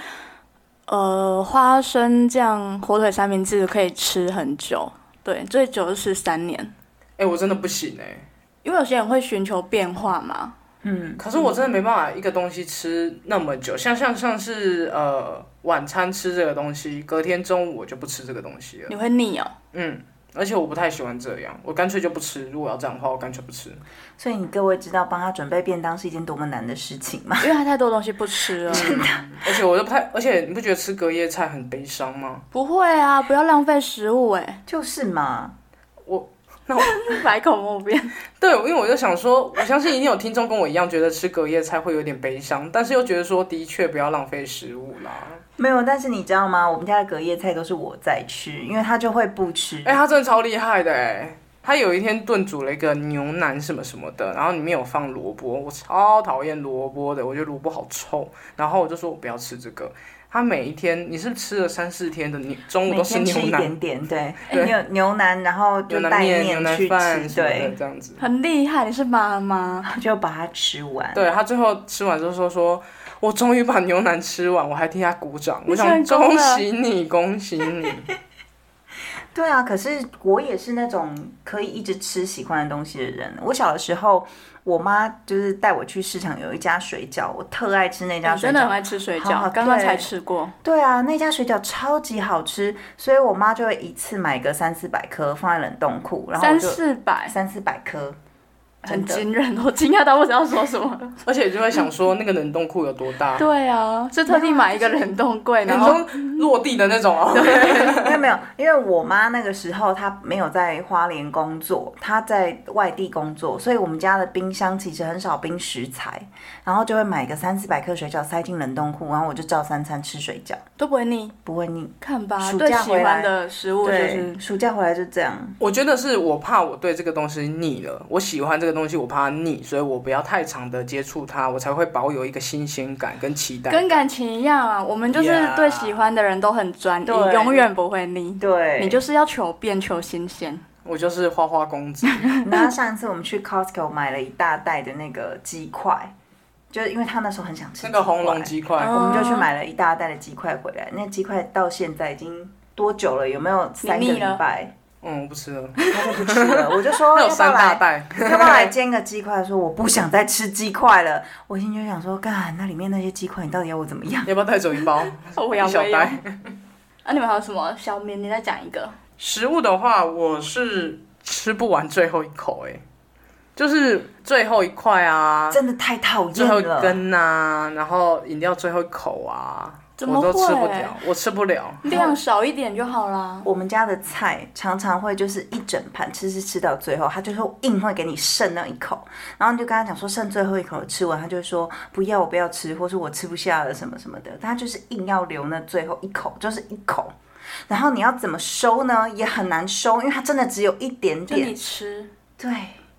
Speaker 2: 呃花生酱火腿三明治可以吃很久，对，最久是三年，
Speaker 3: 哎、我真的不行哎、
Speaker 2: 因为有些人会寻求变化嘛。
Speaker 1: 嗯，
Speaker 3: 可是我真的没办法一个东西吃那么久，像像像是呃晚餐吃这个东西，隔天中午我就不吃这个东西了。
Speaker 2: 你会腻哦，
Speaker 3: 嗯，而且我不太喜欢这样，我干脆就不吃。如果要这样的话，我干脆不吃。
Speaker 1: 所以你各位知道帮他准备便当是一件多么难的事情吗？
Speaker 2: 因为它太多东西不吃 了。
Speaker 3: 而且我都不太，而且你不觉得吃隔夜菜很悲伤吗？
Speaker 2: 不会啊，不要浪费食物哎、
Speaker 1: 就是嘛，
Speaker 2: 百口莫辩。
Speaker 3: 对，因为我就想说，我相信一定有听众跟我一样，觉得吃隔夜菜会有点悲伤，但是又觉得说，的确不要浪费食物啦。
Speaker 1: 没有。但是你知道吗？我们家的隔夜菜都是我在吃，因为他就会不吃。
Speaker 3: 哎、他真的超厉害的哎、他有一天炖煮了一个牛腩什么什么的，然后里面有放萝卜，我超讨厌萝卜的，我觉得萝卜好臭。然后我就说我不要吃这个。他每一天，你是不是吃了三四天的牛，中午
Speaker 1: 每
Speaker 3: 都吃
Speaker 1: 天吃
Speaker 3: 牛
Speaker 1: 一
Speaker 3: 腩、
Speaker 1: 点点，对，
Speaker 3: 对
Speaker 1: 牛牛腩，然后
Speaker 3: 牛
Speaker 1: 就
Speaker 3: 腩
Speaker 1: 带
Speaker 3: 面、牛腩
Speaker 1: 去
Speaker 3: 饭
Speaker 1: 吃，
Speaker 3: 什么的
Speaker 1: 对，
Speaker 3: 这样子。
Speaker 2: 很厉害，你是妈妈，
Speaker 1: 就把它吃完。
Speaker 3: 对他最后吃完之后说说，我终于把牛腩吃完，我还替他鼓掌，
Speaker 2: 你
Speaker 3: 我想
Speaker 2: 成功
Speaker 3: 恭
Speaker 2: 了
Speaker 3: 喜你，恭喜你。
Speaker 1: 对啊，可是我也是那种可以一直吃喜欢的东西的人。我小的时候，我妈就是带我去市场，有一家水饺，我特爱吃那家
Speaker 2: 你
Speaker 1: 水
Speaker 2: 真的很
Speaker 1: 饺。
Speaker 2: 爱吃水
Speaker 1: 好好
Speaker 2: 饺，刚刚
Speaker 1: 对
Speaker 2: 才吃过。
Speaker 1: 对啊，那家水饺超级好吃，所以我妈就会一次买个三四百颗放在冷冻库，然后我
Speaker 2: 三
Speaker 1: 就
Speaker 2: 四百，
Speaker 1: 三四百颗。
Speaker 2: 很
Speaker 1: 真的
Speaker 2: 惊人，我惊讶到不知道说什么。
Speaker 3: 而且就会想说那个冷冻库有多大，
Speaker 2: 对啊，是特地买一个冷冻柜，然
Speaker 3: 冷
Speaker 2: 后
Speaker 3: 冻落地的那种哦。
Speaker 1: 没有没有，因为我妈那个时候她没有在花莲工作，她在外地工作，所以我们家的冰箱其实很少冰食材，然后就会买个三四百克水饺塞进冷冻库，然后我就照三餐吃水饺，
Speaker 2: 都不会腻。
Speaker 1: 不会腻。
Speaker 2: 看吧，
Speaker 1: 暑
Speaker 2: 对
Speaker 1: 假
Speaker 2: 喜
Speaker 1: 回来
Speaker 2: 欢的食物就是
Speaker 1: 对，暑假回来就这样。
Speaker 3: 我觉得是我怕我对这个东西腻了，我喜欢这个东西，我怕它腻，所以我不要太长的接触它，我才会保有一个新鲜感跟期待。
Speaker 2: 跟感情一样啊，我们就是
Speaker 3: Yeah
Speaker 2: 对喜欢的人都很专一，
Speaker 1: 对
Speaker 2: 永远不会腻。
Speaker 1: 对，
Speaker 2: 你就是要求变，求新鲜。
Speaker 3: 我就是花花公子，
Speaker 1: 然后上一次我们去 Costco 买了一大袋的那个鸡块，就是因为他那时候很想吃
Speaker 3: 那个红龙
Speaker 1: 鸡
Speaker 3: 鸡 块，
Speaker 1: 块，
Speaker 2: 嗯
Speaker 1: 我们就去买了一大袋的鸡块回来。那鸡块到现在已经多久了？有没有三个
Speaker 2: 你
Speaker 1: 礼
Speaker 2: 腻了
Speaker 1: 拜？
Speaker 3: 嗯，我不吃了，
Speaker 1: 他就不吃了。我就说
Speaker 3: 它
Speaker 1: 要
Speaker 3: 有
Speaker 1: 不要
Speaker 3: 三大
Speaker 1: 来，
Speaker 3: 袋，
Speaker 1: 要不要 来煎个鸡块？说我不想再吃鸡块了。我心里就想说，干，那里面那些鸡块，你到底要我怎么样？
Speaker 3: 要不要带走 一包？
Speaker 2: 我
Speaker 3: 一小袋。
Speaker 2: 啊，你们还有什么？小明，你再讲一个。
Speaker 3: 食物的话，我是吃不完最后一口、欸，就是最后一块啊，
Speaker 1: 真的太讨
Speaker 3: 最
Speaker 1: 厌
Speaker 3: 后一
Speaker 1: 了。
Speaker 3: 根啊，然后饮料最后一口啊，
Speaker 2: 怎么
Speaker 3: 我
Speaker 2: 会
Speaker 3: 都吃不了，我吃不了。
Speaker 2: 量少一点就好啦。
Speaker 1: 我们家的菜常常会就是一整盘吃吃吃到最后，他就说硬会给你剩那一口，然后你就跟他讲说剩最后一口吃完，他就会说不要我不要吃，或是我吃不下了什么什么的，他就是硬要留那最后一口，就是一口。然后你要怎么收呢？也很难收，因为它真的只有一点
Speaker 2: 就
Speaker 1: 点。
Speaker 2: 你吃
Speaker 1: 对，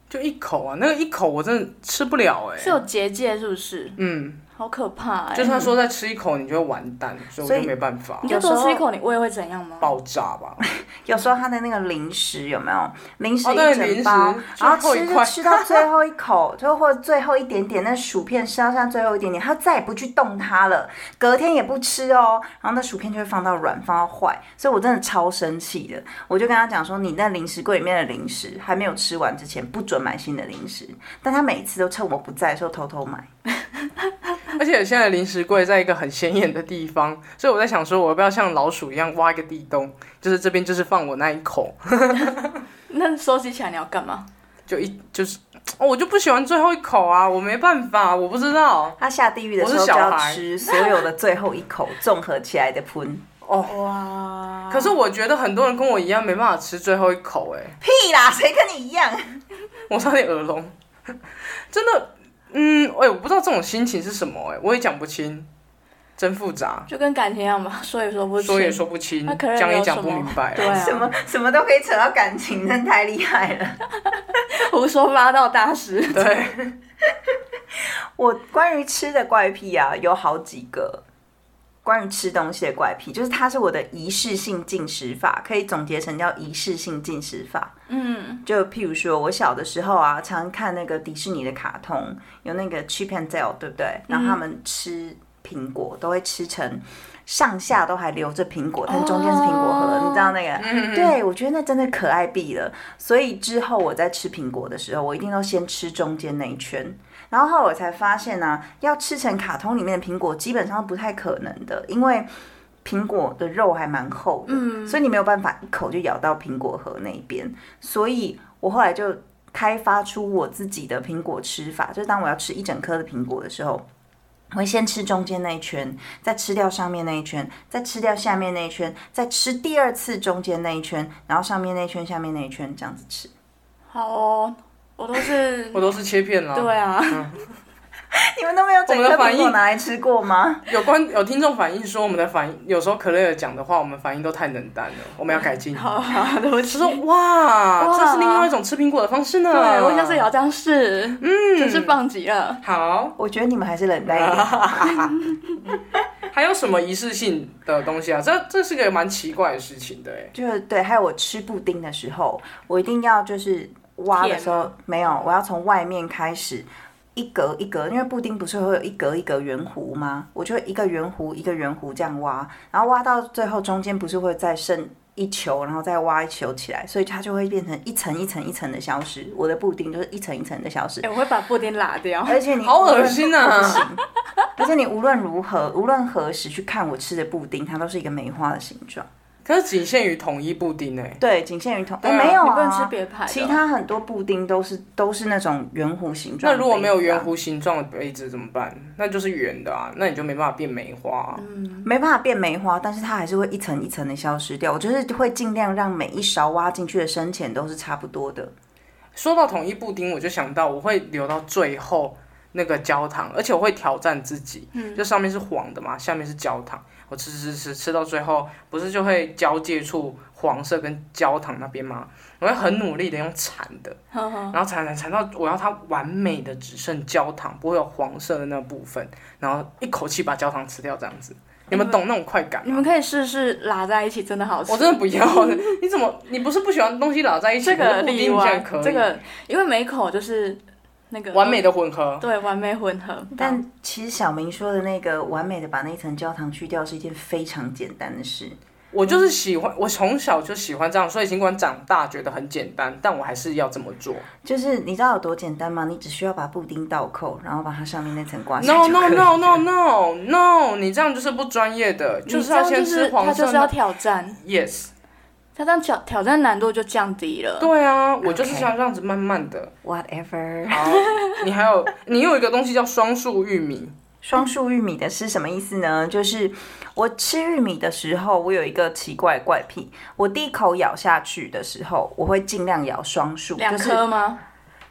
Speaker 3: 就一口啊，那个一口我真的吃不了哎、
Speaker 2: 是有结界是不是？
Speaker 3: 嗯，
Speaker 2: 好可怕哎、
Speaker 3: 就算说再吃一口你就会完蛋，所以我
Speaker 1: 所以
Speaker 3: 就没办法
Speaker 2: 你就多吃一口，你胃会怎样吗？
Speaker 3: 爆炸吧。
Speaker 1: 有时候它的那个零食有没有零食
Speaker 3: 哦
Speaker 1: 一
Speaker 3: 对
Speaker 1: 整包，
Speaker 3: 零食
Speaker 1: 然
Speaker 3: 最后
Speaker 1: 后
Speaker 3: 一
Speaker 1: 吃就
Speaker 3: 块
Speaker 1: 吃到最后一口， 就或者最后一点点，那薯片吃到剩最后一点点，他再也不去动它了，隔天也不吃哦，然后那薯片就会放到软，放到坏，所以我真的超生气的，我就跟他讲说，你那零食柜里面的零食还没有吃完之前，不准买新的零食，但他每次都趁我不在的时候偷偷买，
Speaker 3: 而且现在零食柜在一个很显眼的地方，所以我在想说，我要不要像老鼠一样挖一个地洞，就是这边就是放我那一口，
Speaker 2: 那收集起来你要干嘛？
Speaker 3: 就一就是、哦，我就不喜欢最后一口啊，我没办法，我不知道
Speaker 1: 他下地狱的时
Speaker 3: 我
Speaker 1: 候
Speaker 3: 是
Speaker 1: 就
Speaker 3: 小
Speaker 1: 要
Speaker 3: 孩
Speaker 1: 吃所有的最后一口，综合起来的喷，
Speaker 3: 哦。
Speaker 2: 哇！
Speaker 3: 可是我觉得很多人跟我一样没办法吃最后一口、欸，
Speaker 1: 屁啦，谁跟你一样？
Speaker 3: 我差点耳聋， 真的，嗯，哎、我不知道这种心情是什么、哎，我也讲不清，真复杂，
Speaker 2: 就跟感情一样吧，说也说不清，
Speaker 3: 说也说不清
Speaker 2: 那可，能
Speaker 3: 讲也
Speaker 2: 有
Speaker 3: 讲
Speaker 2: 什
Speaker 3: 不
Speaker 2: 么
Speaker 3: 明白、
Speaker 2: 对啊
Speaker 1: 什么什么都可以扯到感情，真太厉害了。
Speaker 2: 胡说八道大师。
Speaker 3: 对，
Speaker 1: 我关于吃的怪癖啊，有好几个。关于吃东西的怪癖，就是它是我的仪式性进食法，可以总结成叫仪式性进食法。
Speaker 2: 嗯，
Speaker 1: 就譬如说，我小的时候啊，常看那个迪士尼的卡通，有那个 Chip and Dale，对不对？然后他
Speaker 2: 嗯
Speaker 1: 们吃苹果都会吃成上下都还留着苹果，但中间是苹果核，
Speaker 2: 哦
Speaker 1: 你知道那个？ 对，我觉得那真的可爱毙了。所以之后我在吃苹果的时候，我一定都先吃中间那一圈。然后后来我才发现呢、要吃成卡通里面的苹果，基本上不太可能的，因为苹果的肉还蛮厚的，
Speaker 3: 嗯
Speaker 1: 所以你没有办法一口就咬到苹果核那一边。所以我后来就开发出我自己的苹果吃法，就是当我要吃一整颗的苹果的时候。我会先吃中间那一圈，再吃掉上面那一圈，再吃掉下面那一圈，再吃第二次中间那一圈，然后上面那一圈，下面那一圈，这样子吃。
Speaker 2: 好哦，我都 是
Speaker 3: 我都是切片啦。
Speaker 2: 对啊，
Speaker 3: 嗯
Speaker 1: 你们都没有整
Speaker 3: 我
Speaker 1: 颗
Speaker 3: 们的反
Speaker 1: 苹
Speaker 3: 应
Speaker 1: 果拿来吃过吗？
Speaker 3: 有观有听众反映说，我们的反应有时候可乐讲的话，我们反应都太冷淡了，我们要改进。
Speaker 2: 好好，对不
Speaker 3: 他
Speaker 2: 起。
Speaker 3: 说：“哇，
Speaker 2: 哇
Speaker 3: 这是另外一种吃苹果的方式呢。”
Speaker 2: 对，我下次也要这样试，嗯，真是棒极了。
Speaker 3: 好。
Speaker 1: 我觉得你们还是冷淡一点。
Speaker 3: 啊还有什么仪式性的东西啊？这这是个蛮奇怪的事情的 哎。
Speaker 1: 就是对，还有我吃布丁的时候，我一定要就是挖的时候没有，我要从外面开始。一格一格，因为布丁不是会有一格一格圆弧吗？我就会一个圆弧一个圆弧这样挖，然后挖到最后中间不是会再剩一球，然后再挖一球起来，所以它就会变成一层一层一层的消失。我的布丁就是一层一层的消失
Speaker 2: 哎、，我会把布丁拉掉。
Speaker 1: 而且你
Speaker 3: 哦好
Speaker 1: 无论
Speaker 3: 恶心啊
Speaker 1: 不行而且你无论如何无论何时去看我吃的布丁，它都是一个梅花的形状。
Speaker 3: 可是仅限于统一布丁哎、
Speaker 1: 对，仅限于同哎、
Speaker 3: 对啊
Speaker 1: 没有
Speaker 2: 你不能吃
Speaker 1: 啊，
Speaker 2: 别牌的。
Speaker 1: 其他很多布丁都是都是那种圆弧形状的杯
Speaker 3: 那
Speaker 1: 子啊。
Speaker 3: 如果没有圆弧形状的杯子怎么办？那就是圆的啊，那你就没办法变梅花啊、
Speaker 1: 没办法变梅花，但是它还是会一层一层的消失掉。我就是会尽量让每一勺挖进去的深浅都是差不多的。
Speaker 3: 说到统一布丁，我就想到我会留到最后那个焦糖，而且我会挑战自己，
Speaker 2: 嗯
Speaker 3: 就上面是黄的嘛，下面是焦糖，我吃吃吃吃到最后，不是就会交界处黄色跟焦糖那边吗？我会很努力的用铲的，然后铲铲铲到我要它完美的只剩焦糖，不会有黄色的那部分，然后一口气把焦糖吃掉，这样子，你们懂那种快感吗？
Speaker 2: 你 们可以试试拉在一起，真的好吃。
Speaker 3: 我真的不要了，你怎么你不是不喜欢东西老在一起，
Speaker 2: 这个
Speaker 3: 可是布
Speaker 2: 例
Speaker 3: 丁竟
Speaker 2: 外
Speaker 3: 然可，以，
Speaker 2: 这个因为每一口就是那个
Speaker 3: 完美的混合。
Speaker 2: 对完美混合，
Speaker 3: 嗯
Speaker 1: 但其实小明说的那个完美的把那一层焦糖去掉是一件非常简单的事。
Speaker 3: 我
Speaker 2: 嗯
Speaker 3: 就是喜欢，我从小就喜欢这样，所以尽管长大觉得很简单，但我还是要这么做。
Speaker 1: 就是你知道有多简单吗？你只需要把布丁倒扣，然后把它上面那层刮下
Speaker 3: No
Speaker 1: 就可
Speaker 3: no
Speaker 1: 以
Speaker 3: no no no no，你这样就是不专业的，
Speaker 2: 你
Speaker 3: 就是
Speaker 2: 这
Speaker 3: 要
Speaker 2: 样
Speaker 3: 先
Speaker 2: 就是
Speaker 3: 吃黄
Speaker 2: 他就
Speaker 3: 色
Speaker 2: 是要
Speaker 3: 的。
Speaker 2: 挑战，
Speaker 3: Yes，
Speaker 2: 他这样挑挑战难度就降低了。
Speaker 3: 对啊，我就是
Speaker 1: Okay
Speaker 3: 想这样子慢慢的。
Speaker 1: Whatever。
Speaker 3: 好，你还有你有一个东西叫双数玉米，
Speaker 1: 双数玉米的是什么意思呢？就是我吃玉米的时候，我有一个奇怪的怪癖，我第一口咬下去的时候，我会尽量咬双数，
Speaker 2: 两
Speaker 1: 就是
Speaker 2: 颗吗？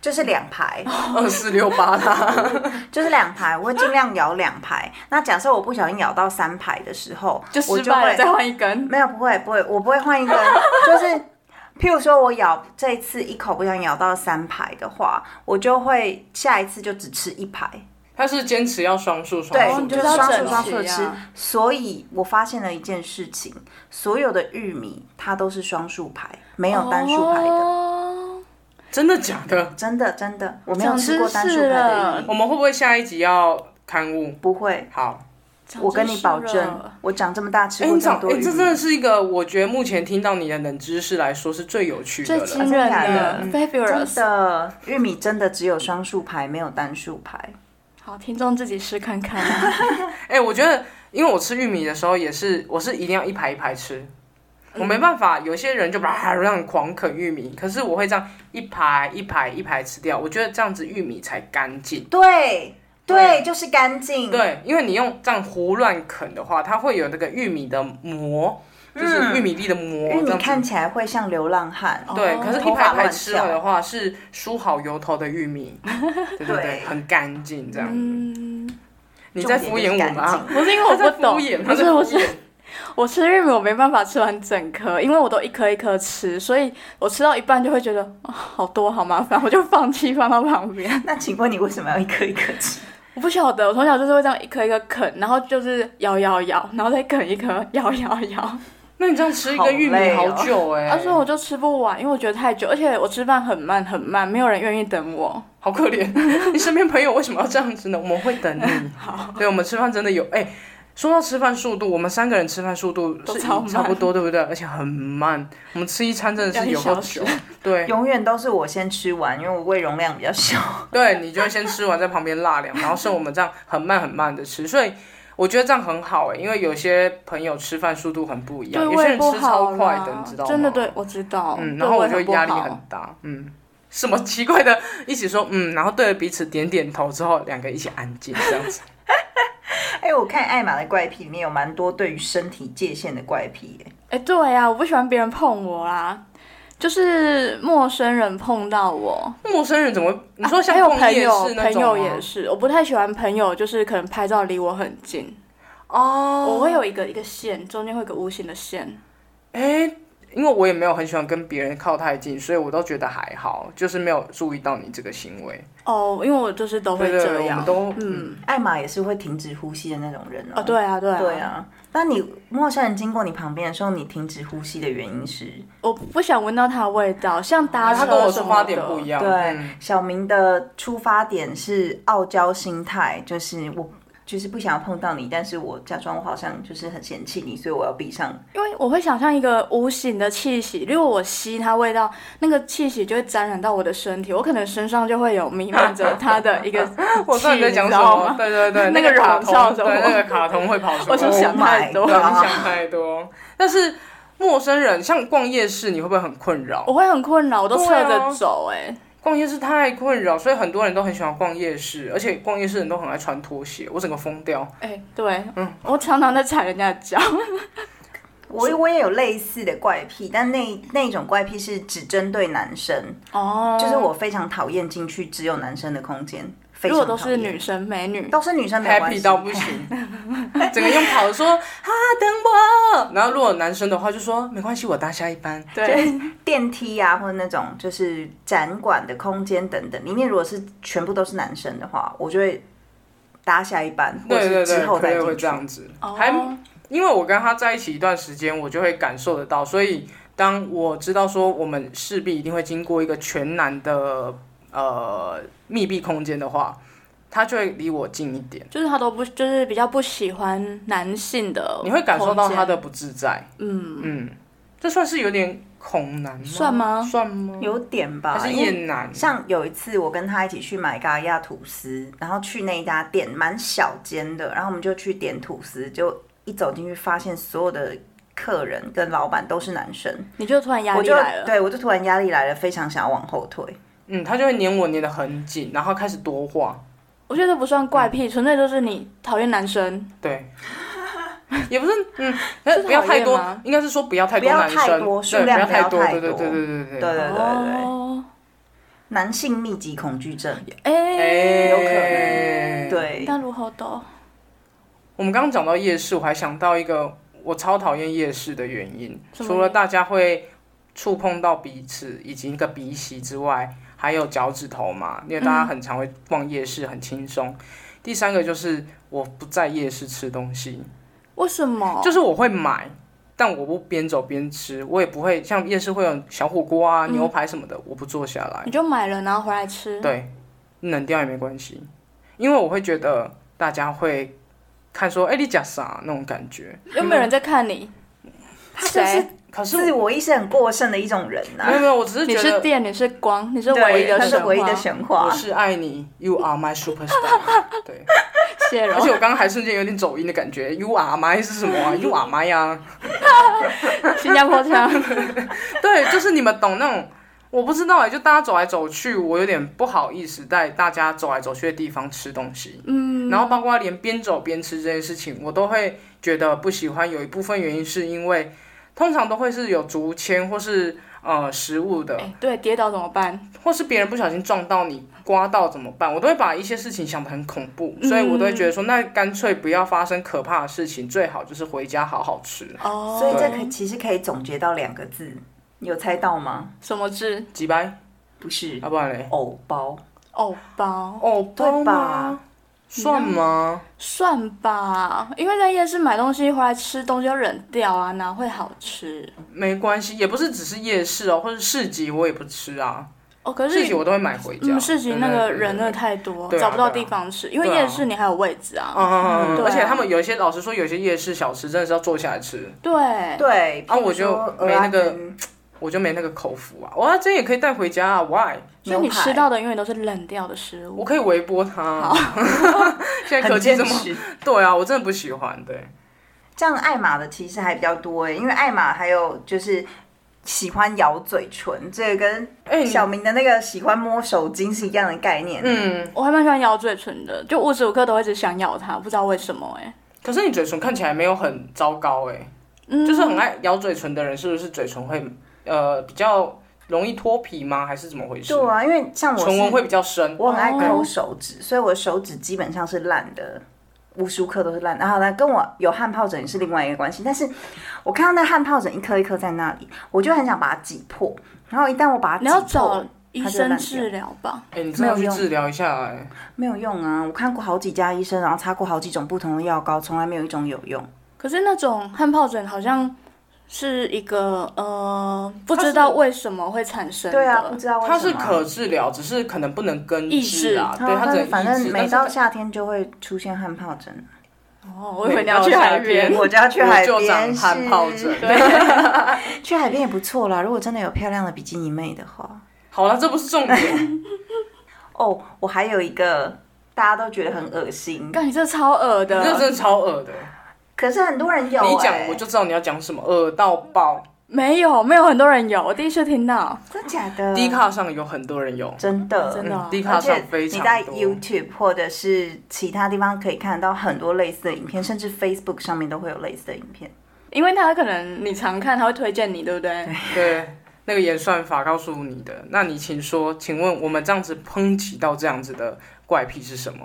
Speaker 1: 就是两 排，
Speaker 3: 二四六八啦，
Speaker 1: 就是两排，我会尽量咬两排。那假设我不小心咬到三排的时候，
Speaker 2: 就
Speaker 1: 我
Speaker 2: 失
Speaker 1: 就
Speaker 2: 败了，
Speaker 1: 会
Speaker 2: 再换一根。
Speaker 1: 没有，不会，不会，我不会 换一个，就是。譬如说，我咬这一次一口不小心咬到三排的话，我就会下一次就只吃一排，
Speaker 3: 他是坚持要双数双
Speaker 1: 对，
Speaker 3: 数，
Speaker 2: 你
Speaker 1: 就
Speaker 2: 就是是要
Speaker 1: 双数
Speaker 2: 整
Speaker 1: 双
Speaker 2: 齐
Speaker 1: 数的吃
Speaker 2: 啊。
Speaker 1: 所以我发现了一件事情，所有的玉米它都是双数排，没有单数排的。
Speaker 2: 哦
Speaker 3: 真的假的？
Speaker 1: 真的真的，我没有
Speaker 2: 长
Speaker 1: 吃过
Speaker 2: 知
Speaker 1: 单数
Speaker 2: 识
Speaker 1: 排的
Speaker 2: 了
Speaker 1: 玉
Speaker 3: 我
Speaker 1: 米，
Speaker 3: 们会不会下一集要刊物？
Speaker 1: 不会。
Speaker 3: 好，
Speaker 1: 我跟你保
Speaker 2: 长知识
Speaker 1: 证
Speaker 2: 了，
Speaker 1: 我长这么大吃
Speaker 3: 哎、
Speaker 1: 过
Speaker 3: 你
Speaker 1: 这么
Speaker 3: 长，哎、
Speaker 1: 多玉
Speaker 3: 这真的
Speaker 1: 米。
Speaker 3: 是一个我觉得目前听到你的冷知识来说是最有趣的
Speaker 2: 最
Speaker 3: 了。
Speaker 2: 惊
Speaker 1: 真的
Speaker 2: 人
Speaker 1: 假
Speaker 2: 的
Speaker 1: 的
Speaker 2: fabulous
Speaker 1: 嗯真。的，玉米真的只有双数排，没有单数排。
Speaker 2: 好，听众自己试看看 啊。
Speaker 3: 哎、我觉得，因为我吃玉米的时候也是，我是一定要一排一排吃，我没办法。有些人就把 让你狂啃玉米，可是我会这样一排一排一排吃掉。我觉得这样子玉米才干净。
Speaker 1: 对对，就是干净。
Speaker 3: 对，因为你用这样胡乱啃的话，它会有那个玉米的膜，就是玉米粒的膜。
Speaker 1: 玉米
Speaker 3: 这样子
Speaker 1: 哎看起来会像流浪汉。
Speaker 3: 对，
Speaker 2: 哦
Speaker 3: 可是一
Speaker 1: 头
Speaker 3: 排
Speaker 1: 发
Speaker 3: 一排
Speaker 1: 乱
Speaker 3: 吃
Speaker 1: 翘
Speaker 3: 了的话，是梳好油头的玉米，对对对，
Speaker 1: 对
Speaker 3: 很干净这样。
Speaker 2: 嗯，
Speaker 3: 你在敷衍
Speaker 1: 重
Speaker 3: 我们
Speaker 1: 点就是
Speaker 3: 啊
Speaker 1: 干？
Speaker 2: 不是因为
Speaker 3: 他
Speaker 2: 我
Speaker 3: 在
Speaker 2: 不
Speaker 3: 敷
Speaker 2: 懂
Speaker 3: 衍，，他
Speaker 2: 不是
Speaker 3: 在敷
Speaker 2: 我是
Speaker 3: 衍。
Speaker 2: 我吃玉米，我没办法吃完整颗，因为我都一颗一颗吃，所以我吃到一半就会觉得、哦、好多好麻烦，我就放弃放到旁边。
Speaker 1: 那请问你为什么要一颗一颗吃？
Speaker 2: 我不晓得，我从小就是会这样一颗一颗啃，然后就是咬咬咬，然后再啃一颗，咬咬咬。
Speaker 3: 那你这样吃一个玉
Speaker 1: 好
Speaker 3: 米
Speaker 1: 累哦
Speaker 3: 好久哎、
Speaker 2: 而且啊我就吃不完，因为我觉得太久，而且我吃饭很慢很慢，没有人愿意等我。
Speaker 3: 好 可怜。你身边朋友为什么要这样子呢？我们会等你。好，对我们吃饭真的有哎、说到吃饭速度，我们三个人吃饭速度
Speaker 2: 都
Speaker 3: 是
Speaker 2: 超慢
Speaker 3: 差不多，对不对？而且很慢，我们吃一餐真的是有够久
Speaker 2: 要一。
Speaker 3: 对
Speaker 1: 永远都是我先吃完，因为我胃容量比较 小。
Speaker 3: 对，你就会先吃完，在旁边纳凉，然后是我们这样很慢很慢的吃，所以。我觉得这样很好哎、因为有些朋友吃饭速度很不一样，
Speaker 2: 对
Speaker 3: 有些
Speaker 2: 胃
Speaker 3: 人
Speaker 2: 不
Speaker 3: 吃超
Speaker 2: 好
Speaker 3: 快
Speaker 2: 啦
Speaker 3: 的，你知道吗？
Speaker 2: 真的对，我知道。
Speaker 3: 嗯，
Speaker 2: 对
Speaker 3: 然后我
Speaker 2: 胃
Speaker 3: 就
Speaker 2: 不
Speaker 3: 压力
Speaker 2: 好
Speaker 3: 很大，嗯，什么奇怪的，一起说嗯，然后对着彼此点点头之后，两个一起安静这样子。
Speaker 1: 哎、我看艾玛的怪癖里面有蛮多对于身体界限的怪癖、耶
Speaker 2: 哎、对呀、我不喜欢别人碰我啦，就是陌生人碰到我。啊
Speaker 3: 陌生人怎么会？你说像
Speaker 2: 还有
Speaker 3: 逛
Speaker 2: 朋
Speaker 3: 夜
Speaker 2: 友
Speaker 3: 市，那
Speaker 2: 朋
Speaker 3: 种
Speaker 2: 友
Speaker 3: 吗
Speaker 2: 也是，我不太喜欢朋友，就是可能拍照离我很近，
Speaker 3: 哦，
Speaker 2: 我会有一个一个线，中间会有一个无形的线。
Speaker 3: 哎，因为我也没有很喜欢跟别人靠太近，所以我都觉得还好，就是没有注意到你这个行为。
Speaker 2: 哦，因为我就是都会
Speaker 3: 对对
Speaker 2: 这
Speaker 3: 哦我
Speaker 2: 样
Speaker 3: 们。都
Speaker 2: 嗯，
Speaker 1: 艾玛也是会停止呼吸的那种人哦、
Speaker 2: 哦，对啊，对啊，
Speaker 1: 对，啊。那你陌生人经过你旁边的时候，你停止呼吸的原因是？
Speaker 2: 我不想闻到它的味道，像搭
Speaker 3: 啊他
Speaker 2: 车
Speaker 3: 跟我
Speaker 2: 什
Speaker 3: 出
Speaker 2: 么
Speaker 3: 发点
Speaker 2: 的
Speaker 3: 不一样，
Speaker 1: 对，
Speaker 3: 嗯
Speaker 1: 小明的出发点是傲娇心态，就是我就是不想要碰到你，但是我假装我好像就是很嫌弃你，所以我要闭上。
Speaker 2: 因为我会想象一个无形的气息，如果我吸它味道，那个气息就会沾染到我的身体，我可能身上就会有弥漫着它的一个
Speaker 3: 我知道
Speaker 2: 气，
Speaker 3: 你在讲
Speaker 2: 知
Speaker 3: 什
Speaker 2: 道
Speaker 3: 么
Speaker 2: 吗，？
Speaker 3: 对对 对，
Speaker 2: 那
Speaker 3: 个
Speaker 2: 个
Speaker 3: 卡
Speaker 2: 人笑
Speaker 3: 通，
Speaker 2: 什
Speaker 3: 对
Speaker 2: 么
Speaker 3: 那个卡通会跑出来。
Speaker 2: 我是
Speaker 1: Oh
Speaker 2: 想
Speaker 1: my
Speaker 2: 太多
Speaker 3: 对，啊
Speaker 1: God
Speaker 3: 你想太多。但是陌生人像逛夜市，你会不会很困扰？
Speaker 2: 我会很困扰，我都
Speaker 3: 对
Speaker 2: 侧
Speaker 3: 啊
Speaker 2: 着走、欸，
Speaker 3: 逛夜市太困扰，所以很多人都很喜欢逛夜市，而且逛夜市人都很爱穿拖鞋，我整个疯掉。
Speaker 2: 哎、对，
Speaker 3: 嗯
Speaker 2: 我常常在踩人家的脚，
Speaker 1: 我我也有类似的怪癖，但那那种怪癖是只针对男
Speaker 3: 嗯
Speaker 1: 生，
Speaker 2: 哦，
Speaker 1: 就是我非常讨厌进去只有男生的空间，非
Speaker 2: 如
Speaker 1: 常
Speaker 2: 果都
Speaker 1: 讨
Speaker 2: 是
Speaker 1: 厌
Speaker 2: 女生美女，
Speaker 1: 都是女生没关
Speaker 3: happy
Speaker 1: 系，
Speaker 3: 到 不行，整个用跑的说啊等我，然后如果男生的话就说没关系，我搭下一班。
Speaker 2: 对，
Speaker 1: 电梯啊，或者那种就是展馆的空间等等，里面如果是全部都是男生的话，我就会搭下一班，或
Speaker 3: 对
Speaker 1: 者
Speaker 3: 对
Speaker 1: 是
Speaker 3: 对，
Speaker 1: 之后再
Speaker 3: 可能会
Speaker 1: 进
Speaker 3: 这
Speaker 1: 去。
Speaker 3: 样子，
Speaker 2: 哦
Speaker 3: 还因为我跟他在一起一段时间，我就会感受得到，所以当我知道说我们势必一定会经过一个全男的呃密闭空间的话，他就会离我近一点，
Speaker 2: 就是他都不，就是比较不喜欢男性的，
Speaker 3: 你会感受到他的，不自在。
Speaker 2: 嗯，
Speaker 3: 嗯，这算是有点恐男吗？
Speaker 2: 算吗
Speaker 3: 算吗？
Speaker 1: 有点吧
Speaker 3: 还，是
Speaker 1: 因为
Speaker 3: 厌男？
Speaker 1: 像有一次我跟他一起去买咖亚吐司，然后去那一家店蛮小间的，然后我们就去点吐司，就一走进去发现所有的客人跟老板都是男生，
Speaker 2: 你就突然压
Speaker 1: 我
Speaker 2: 力
Speaker 1: 就
Speaker 2: 来了，
Speaker 1: 对我就突然压力来了，非常想要往后退。
Speaker 3: 嗯，他就会黏我黏得很紧，然后开始多话。
Speaker 2: 我觉得这不算怪
Speaker 3: 嗯
Speaker 2: 癖，纯粹就是你讨厌男生，
Speaker 3: 对，也不是，嗯，那
Speaker 2: 是
Speaker 3: 不要
Speaker 2: 讨
Speaker 3: 太
Speaker 2: 厌
Speaker 3: 多
Speaker 2: 吗，
Speaker 3: 应该是说不要太
Speaker 1: 不要
Speaker 3: 男
Speaker 1: 太
Speaker 3: 生，
Speaker 1: 多数
Speaker 3: 对，不
Speaker 1: 量
Speaker 3: 要
Speaker 1: 不要
Speaker 3: 太多，
Speaker 1: 太
Speaker 3: 对对
Speaker 1: 多
Speaker 3: 对对对
Speaker 1: 对对对对，
Speaker 2: 哦，
Speaker 1: 男性密集恐惧症，
Speaker 2: 哎、
Speaker 3: 哎，
Speaker 1: 有可能。对，
Speaker 2: 但如何都，
Speaker 3: 我们刚刚讲到夜市，我还想到一个我超讨厌夜市的原因，
Speaker 2: 什么
Speaker 3: 除了大家会触碰到彼此以及一个鼻息之外，还有脚趾头嘛，因为大家很常会逛夜市，很轻松。第三个就是我不在夜市吃东西，
Speaker 2: 为什么？
Speaker 3: 就是我会买，但我不边走边吃，我也不会像夜市会有小火锅啊、牛排什么的，我不坐下来
Speaker 2: 你。就买了，然后回来吃，
Speaker 3: 对，冷掉也没关系，因为我会觉得大家会看说，哎、你讲啥那种感觉。
Speaker 2: 又没有人在看你，
Speaker 1: 他就是
Speaker 3: 可是
Speaker 1: 自我意识很过剩的一种人
Speaker 3: 没有
Speaker 1: 呐、
Speaker 3: 没有，我只是
Speaker 2: 啊你
Speaker 3: 觉
Speaker 2: 是
Speaker 3: 得
Speaker 2: 电，你是光，你是
Speaker 1: 对，
Speaker 2: 唯嗯一的
Speaker 1: 他
Speaker 2: 神
Speaker 1: 是
Speaker 2: 话，
Speaker 1: 唯一的神
Speaker 3: 我
Speaker 1: 话。
Speaker 3: 是爱你，You are my superstar。对，
Speaker 2: 谢
Speaker 3: 而
Speaker 2: 了
Speaker 3: 且。我刚刚还瞬间有点走音的感觉，You are my 是什么啊？You are my 啊？
Speaker 2: 新加坡腔，
Speaker 3: 对，就是你们懂那种，我不知道哎、就大家走来走去，我有点不好意思在大家走来走去的地方吃东西。嗯，然后包括连边走边吃这件事情，我都会觉得不喜欢。有一部分原因是因为，通常都会是有竹签或是呃食物的，
Speaker 2: 哎对，跌倒怎么办？
Speaker 3: 或是别人不小心撞到你、刮到怎么办？我都会把一些事情想得很恐怖，所以我都会觉得说，那干脆不要发生可怕的事情，最好就是回家好好吃。
Speaker 2: 哦，
Speaker 1: 所以这可其实可以总结到两个字，有猜到吗？
Speaker 2: 什么字？
Speaker 3: 几掰，
Speaker 1: 不是
Speaker 2: 哦
Speaker 3: 要、不然嘞？
Speaker 1: 藕包，
Speaker 2: 藕包
Speaker 3: 哦，包
Speaker 1: 对吧
Speaker 3: 吗？算吗？
Speaker 2: 算吧，因为在夜市买东西回来吃东西要冷掉啊，哪会好吃？
Speaker 3: 没关系，也不是只是夜市哦，或者市集我也不吃啊，
Speaker 2: 哦，可
Speaker 3: 市集
Speaker 2: 是
Speaker 3: 我都会买回家。
Speaker 2: 嗯，市集那
Speaker 3: 对
Speaker 2: 个人真的。
Speaker 3: 对对对
Speaker 2: 太多，
Speaker 3: 对啊
Speaker 2: 找不到
Speaker 3: 对啊
Speaker 2: 地方吃，因为
Speaker 3: 对啊
Speaker 2: 夜市你还有位置
Speaker 3: 嗯
Speaker 2: 啊。
Speaker 3: 嗯嗯嗯
Speaker 2: 对啊
Speaker 3: 而且他们有一些老实说，有些夜市小吃真的是要坐下来吃，
Speaker 2: 对，
Speaker 1: 对
Speaker 3: 啊我就没那个
Speaker 1: 嗯
Speaker 3: 我就没那个口福啊。哇，这也可以带回家啊？Why？
Speaker 2: 所以你
Speaker 1: 牛排
Speaker 2: 吃到的永远都是冷掉的食
Speaker 3: 我
Speaker 2: 物。
Speaker 3: 可以微波它。 现在科
Speaker 1: 很
Speaker 3: 技
Speaker 1: 坚
Speaker 3: 这么
Speaker 1: 持。
Speaker 3: 对啊，我真的不喜欢。对，
Speaker 1: 这样爱玛的其实还比较多诶，因为爱玛还有就是喜欢咬嘴唇，这个跟
Speaker 3: 哎、你
Speaker 1: 小明的那个喜欢摸手巾是一样的概念。
Speaker 3: 嗯，
Speaker 2: 我还蛮喜欢咬嘴唇的，就无时无刻都一直想咬它，不知道为什么哎、
Speaker 3: 可是你嘴唇看起来没有很糟糕哎、
Speaker 2: 嗯，
Speaker 3: 就是很爱咬嘴唇的人，是不是嘴唇会呃比较容易脱皮吗？还是怎么回事？
Speaker 1: 对啊，因为像我
Speaker 3: 唇纹
Speaker 1: 是
Speaker 3: 会比较深。
Speaker 1: 我很爱
Speaker 2: 哦
Speaker 1: 抠手指，所以我的手指基本上是烂的，无时无刻都是烂的。然后呢，跟我有汗疱疹也是另外一个关系。但是我看到那汗疱疹一颗一颗在那里，我就很想把它挤破。然后一旦我把它
Speaker 2: 你要
Speaker 1: 挤
Speaker 2: 找
Speaker 1: 破，
Speaker 2: 医
Speaker 1: 它就
Speaker 2: 生
Speaker 1: 烂
Speaker 2: 治疗吧。
Speaker 3: 哎、你真的要
Speaker 1: 没
Speaker 3: 去
Speaker 1: 有用
Speaker 3: 治疗一下哎、
Speaker 1: 没有用啊！我看过好几家医生，然后擦过好几种不同的药膏，从来没有一种有用。
Speaker 2: 可是那种汗疱疹好像是一个呃，不知道为什么会产生的。
Speaker 1: 对啊，不知道为什
Speaker 3: 它
Speaker 1: 么。
Speaker 3: 是可治疗，只是可能不能根治啊。
Speaker 1: 然
Speaker 3: 对，
Speaker 1: 后
Speaker 3: 它
Speaker 1: 但
Speaker 3: 只
Speaker 1: 是哦
Speaker 3: 能
Speaker 1: 反
Speaker 3: 抑
Speaker 1: 正
Speaker 3: 制。
Speaker 1: 每
Speaker 3: 但
Speaker 1: 到
Speaker 3: 是
Speaker 1: 夏天就会出现汗疱疹。
Speaker 2: 哦，我以为你要去海边。
Speaker 1: 我就要去海
Speaker 3: 我就长
Speaker 1: 边是，
Speaker 3: 汗疱疹
Speaker 1: 去海边也不错啦。如果真的有漂亮的比基尼妹的话，
Speaker 3: 好了，这不是 重
Speaker 1: 欸
Speaker 3: 点。
Speaker 1: 哦，我还有一个大家都觉得很恶心，
Speaker 2: 干，你这超恶
Speaker 3: 这
Speaker 2: 的，
Speaker 3: 真的超恶的。
Speaker 1: 可是很多人有、欸，
Speaker 3: 你讲我就知道你要讲什么，恶到爆。
Speaker 2: 没有，没有很多人有，我第一次听到。
Speaker 1: 真假的？
Speaker 3: D 卡上有很多人有，
Speaker 1: 真的
Speaker 2: 真的
Speaker 3: 嗯
Speaker 2: 哦
Speaker 3: ，D 卡
Speaker 1: 而
Speaker 3: 上
Speaker 1: 且
Speaker 3: 非
Speaker 1: 你
Speaker 3: 常
Speaker 1: 在
Speaker 3: 多。
Speaker 1: YouTube 或者是其他地方可以看到很多类似的影片，甚至 Facebook 上面都会有类似的影片。
Speaker 2: 因为他可能你常看，他会推荐你，对不对？
Speaker 3: 对，那个演算法告诉你的。那你请说，请问我们这样子抨击到这样子的怪癖是什么？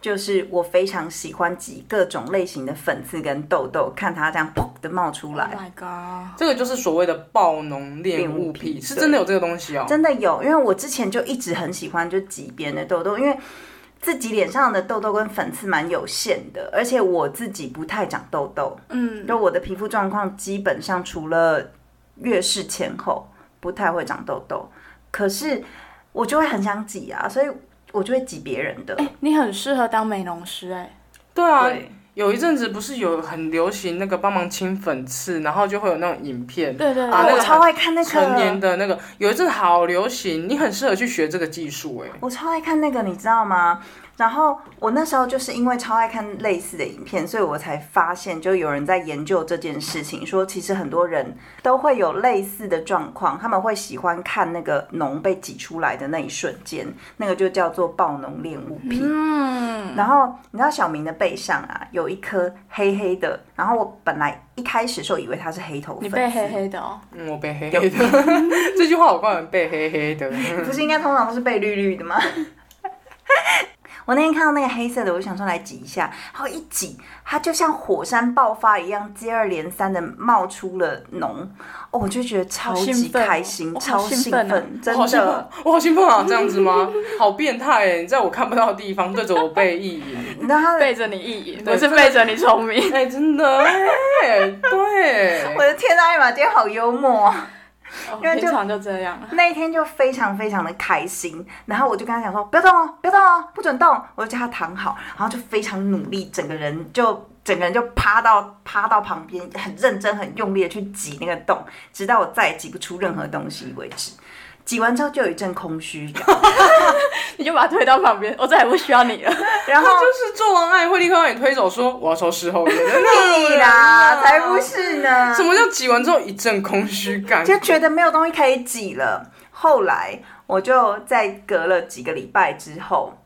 Speaker 1: 就是我非常喜欢挤各种类型的粉刺跟痘痘，看它这样砰的冒出
Speaker 2: Oh
Speaker 1: 来，
Speaker 2: my god！
Speaker 3: 这个就是所谓的暴农恋物
Speaker 1: 恋物癖
Speaker 3: 癖，是真的有这个东西哦。
Speaker 1: 真的有。因为我之前就一直很喜欢就挤别人的痘痘，因为自己脸上的痘痘跟粉刺蛮有限的，而且我自己不太长痘痘，
Speaker 2: 嗯，
Speaker 1: 就我的皮肤状况基本上除了月事前后不太会长痘痘，可是我就会很想挤啊，所以我就会挤别人的。
Speaker 2: 你很适合当美容师哎、
Speaker 3: 哎对啊，
Speaker 1: 对
Speaker 3: 有一阵子不是有很流行那个帮忙清粉刺，然后就会有那种影片，
Speaker 2: 对对
Speaker 3: 啊
Speaker 1: 哦
Speaker 3: 那
Speaker 1: 我
Speaker 3: 个
Speaker 1: 超爱看那
Speaker 3: 成年
Speaker 1: 个，
Speaker 3: 的那个，有一阵好流行，你很适合去学这个技术哎、
Speaker 1: 我超爱看那个，你知道吗？然后我那时候就是因为超爱看类似的影片，所以我才发现，就有人在研究这件事情，说其实很多人都会有类似的状况，他们会喜欢看那个脓被挤出来的那一瞬间，那个就叫做暴脓恋物癖。
Speaker 2: 嗯，
Speaker 1: 然后你知道小明的背上啊有一颗黑黑的，然后我本来一开始时候以为它是黑头粉，
Speaker 2: 你被黑，黑的哦，
Speaker 3: 嗯，我背黑黑的， 这句话我刚人背黑黑的。
Speaker 1: 不是应该通常都是被绿绿的吗？ 我那天看到那个黑色的，我就想说来挤一下，然后一挤，它就像火山爆发一样，接二连三的冒出了脓，哦，我就觉得超
Speaker 2: 好
Speaker 1: 级
Speaker 2: 兴奋哦
Speaker 1: 开心，
Speaker 2: 我
Speaker 1: 超
Speaker 2: 好
Speaker 1: 兴
Speaker 2: 兴
Speaker 1: 奋，
Speaker 2: 奋啊
Speaker 1: 真
Speaker 3: 我好兴奋
Speaker 1: 的
Speaker 3: 啊，。我好兴奋啊！这样子吗？好变态哎！你在我看不到的地方对着我背意淫，
Speaker 1: 你知道它的
Speaker 2: 背着你意淫，
Speaker 3: 对
Speaker 2: 我是背着你聪明。
Speaker 3: 哎、真的哎，对
Speaker 1: 我，的天啊，艾玛今天好幽默啊！
Speaker 2: 哦
Speaker 1: 因为就
Speaker 2: 平常就这样，
Speaker 1: 那一天就非常非常的开心，然后我就跟他讲说，不要动哦，不要动哦，不准动，我就叫他躺好，然后就非常努力，整个人就整个人就趴到趴到旁边，很认真很用力的去挤那个洞，直到我再也挤不出任何东西为止。挤完之后就有一阵空虚感，
Speaker 2: 你就把他推到旁边，我再也不需要你了。
Speaker 1: 然后
Speaker 3: 他就是做完爱会立刻把你推走，说我要抽事后 烟。
Speaker 1: 屁啦，才不是呢，
Speaker 3: 什么叫挤完之后一阵空虚感？
Speaker 1: 就觉得没有东西可以挤了。后来我就在隔了几个礼拜之后，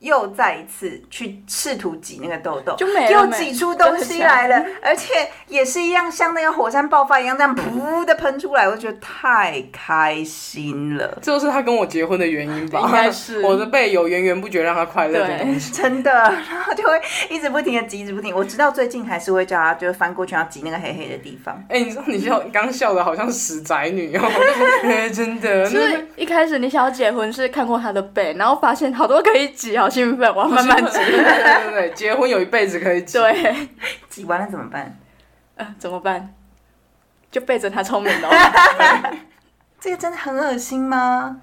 Speaker 1: 又再一次去试图挤那个痘痘，
Speaker 2: 就 没了
Speaker 1: 又
Speaker 2: 没
Speaker 1: 挤出东西来 了，而且也是一样，像那个火山爆发一样，这样噗的喷出来，我就觉得太开心了，
Speaker 3: 这就是他跟我结婚的原因吧？
Speaker 2: 应该是
Speaker 3: 我的背有源源不绝让他快乐的东 西。
Speaker 1: 真的。然后就会一直不停的挤，一直不停。我直到最近还是会叫他，就是翻过去要挤那个黑黑的地方。
Speaker 3: 哎、你知道你笑，你刚笑的好像死宅女哦， 就是哎、真的，
Speaker 2: 就
Speaker 3: 那
Speaker 2: 是一开始你想要结婚是看过他的背，然后发现好多可以挤，好兴奋，我要慢慢挤。
Speaker 3: 对对对对，结婚有一辈子可以挤。
Speaker 2: 对，
Speaker 1: 挤完了怎么办？
Speaker 2: 呃，怎么办？就背着他聪明哦咯。
Speaker 1: 这个真的很恶心吗？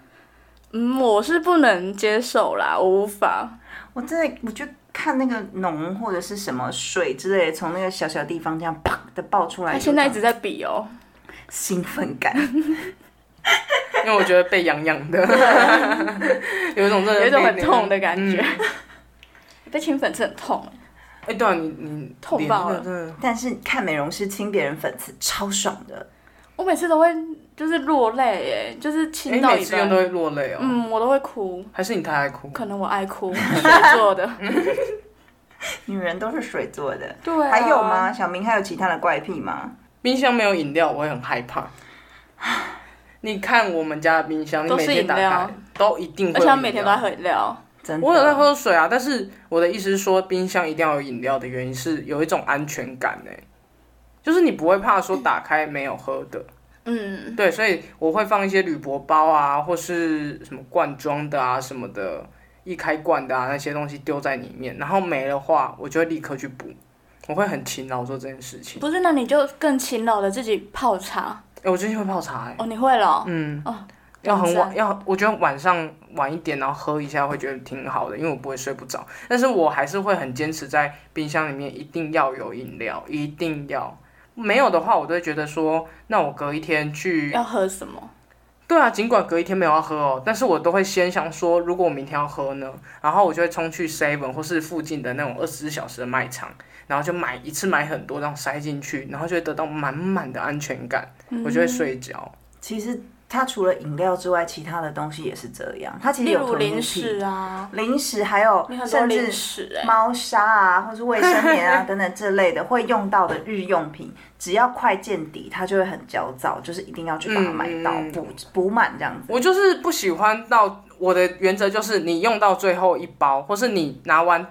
Speaker 2: 嗯，我是不能接受啦，我无法。
Speaker 1: 我真的，我就看那个脓或者是什么水之类的，从那个小小地方这样啪的爆出来，
Speaker 2: 他现在一直在比哦，
Speaker 1: 兴奋感，
Speaker 3: 因为我觉得被痒 痒的，有一种真的
Speaker 2: 有一种
Speaker 3: 被
Speaker 2: 很痛的感觉
Speaker 3: 嗯。
Speaker 2: 被清粉刺很痛，欸
Speaker 3: 哎、对啊，你你
Speaker 2: 痛
Speaker 3: 脸
Speaker 2: 爆了
Speaker 3: 真的真的
Speaker 1: 但是看美容师亲别人粉刺超爽的，
Speaker 2: 我每次都会就是落泪耶，就是
Speaker 3: 哎
Speaker 2: 亲
Speaker 3: 你
Speaker 2: 到
Speaker 3: 每
Speaker 2: 一
Speaker 3: 次用
Speaker 2: 半
Speaker 3: 都，会落泪哦，
Speaker 2: 嗯，我都会哭，
Speaker 3: 还是你太爱哭？
Speaker 2: 可能我爱 哭，水做的，
Speaker 1: 女人都是水做的。
Speaker 2: 对啊，
Speaker 1: 还有吗？？小明还有其他的怪癖吗？
Speaker 3: 冰箱没有饮料，我会很害怕。你看我们家的冰箱，你
Speaker 2: 都
Speaker 3: 每
Speaker 2: 是
Speaker 3: 天打
Speaker 2: 饮料啊
Speaker 3: 开都一定
Speaker 2: 而
Speaker 3: 会有饮料，
Speaker 2: 且他每天都在喝饮料，
Speaker 1: 真的，
Speaker 3: 我有在喝水啊，但是我的意思是说，冰箱一定要有饮料的原因是有一种安全感呢、就是你不会怕说打开没有喝的。
Speaker 2: 嗯，
Speaker 3: 对，所以我会放一些铝箔包啊，或是什么罐装的啊什么的，易开罐的啊那些东西丢在里面，然后没的话，我就会立刻去补。我会很勤劳做这件事情。
Speaker 2: 不是，那你就更勤劳的自己泡茶
Speaker 3: 哎、我最近会泡茶、欸，
Speaker 2: 哦，你会了哦，
Speaker 3: 嗯，
Speaker 2: 哦
Speaker 3: 要很
Speaker 2: 晚
Speaker 3: 晚，要我觉得晚上晚一点，然后喝一下会觉得挺好的，因为我不会睡不着。但是我还是会很坚持在冰箱里面一定要有饮料，一定要。没有的话，我都会觉得说，那我隔一天去。
Speaker 2: 要喝什么？
Speaker 3: 对啊，尽管隔一天没有要喝哦，但是我都会先想说，如果我明天要喝呢，然后我就会冲去 Seven 或是附近的那种二十四小时的卖场，然后就买一次买很多，然后塞进去，然后就会得到满满的安全感，我就会睡觉。
Speaker 1: 其实它除了饮料之外，其他的东西也是这样。它其实
Speaker 2: 例
Speaker 1: 有
Speaker 2: 如
Speaker 1: 囤物
Speaker 2: 零
Speaker 1: 癖
Speaker 2: 食、啊，
Speaker 1: 零食，还有
Speaker 2: 你很多
Speaker 1: 甚
Speaker 2: 零
Speaker 1: 至
Speaker 2: 食哎、
Speaker 1: 猫砂啊， 或是卫生棉啊等等这类的会用到的日用品，只要快见底，它就会很焦躁，就是一定要去把它买到
Speaker 3: 嗯
Speaker 1: 补补满这样子。
Speaker 3: 我就是不喜欢到我的原则就是你用到最后一包，或是你拿完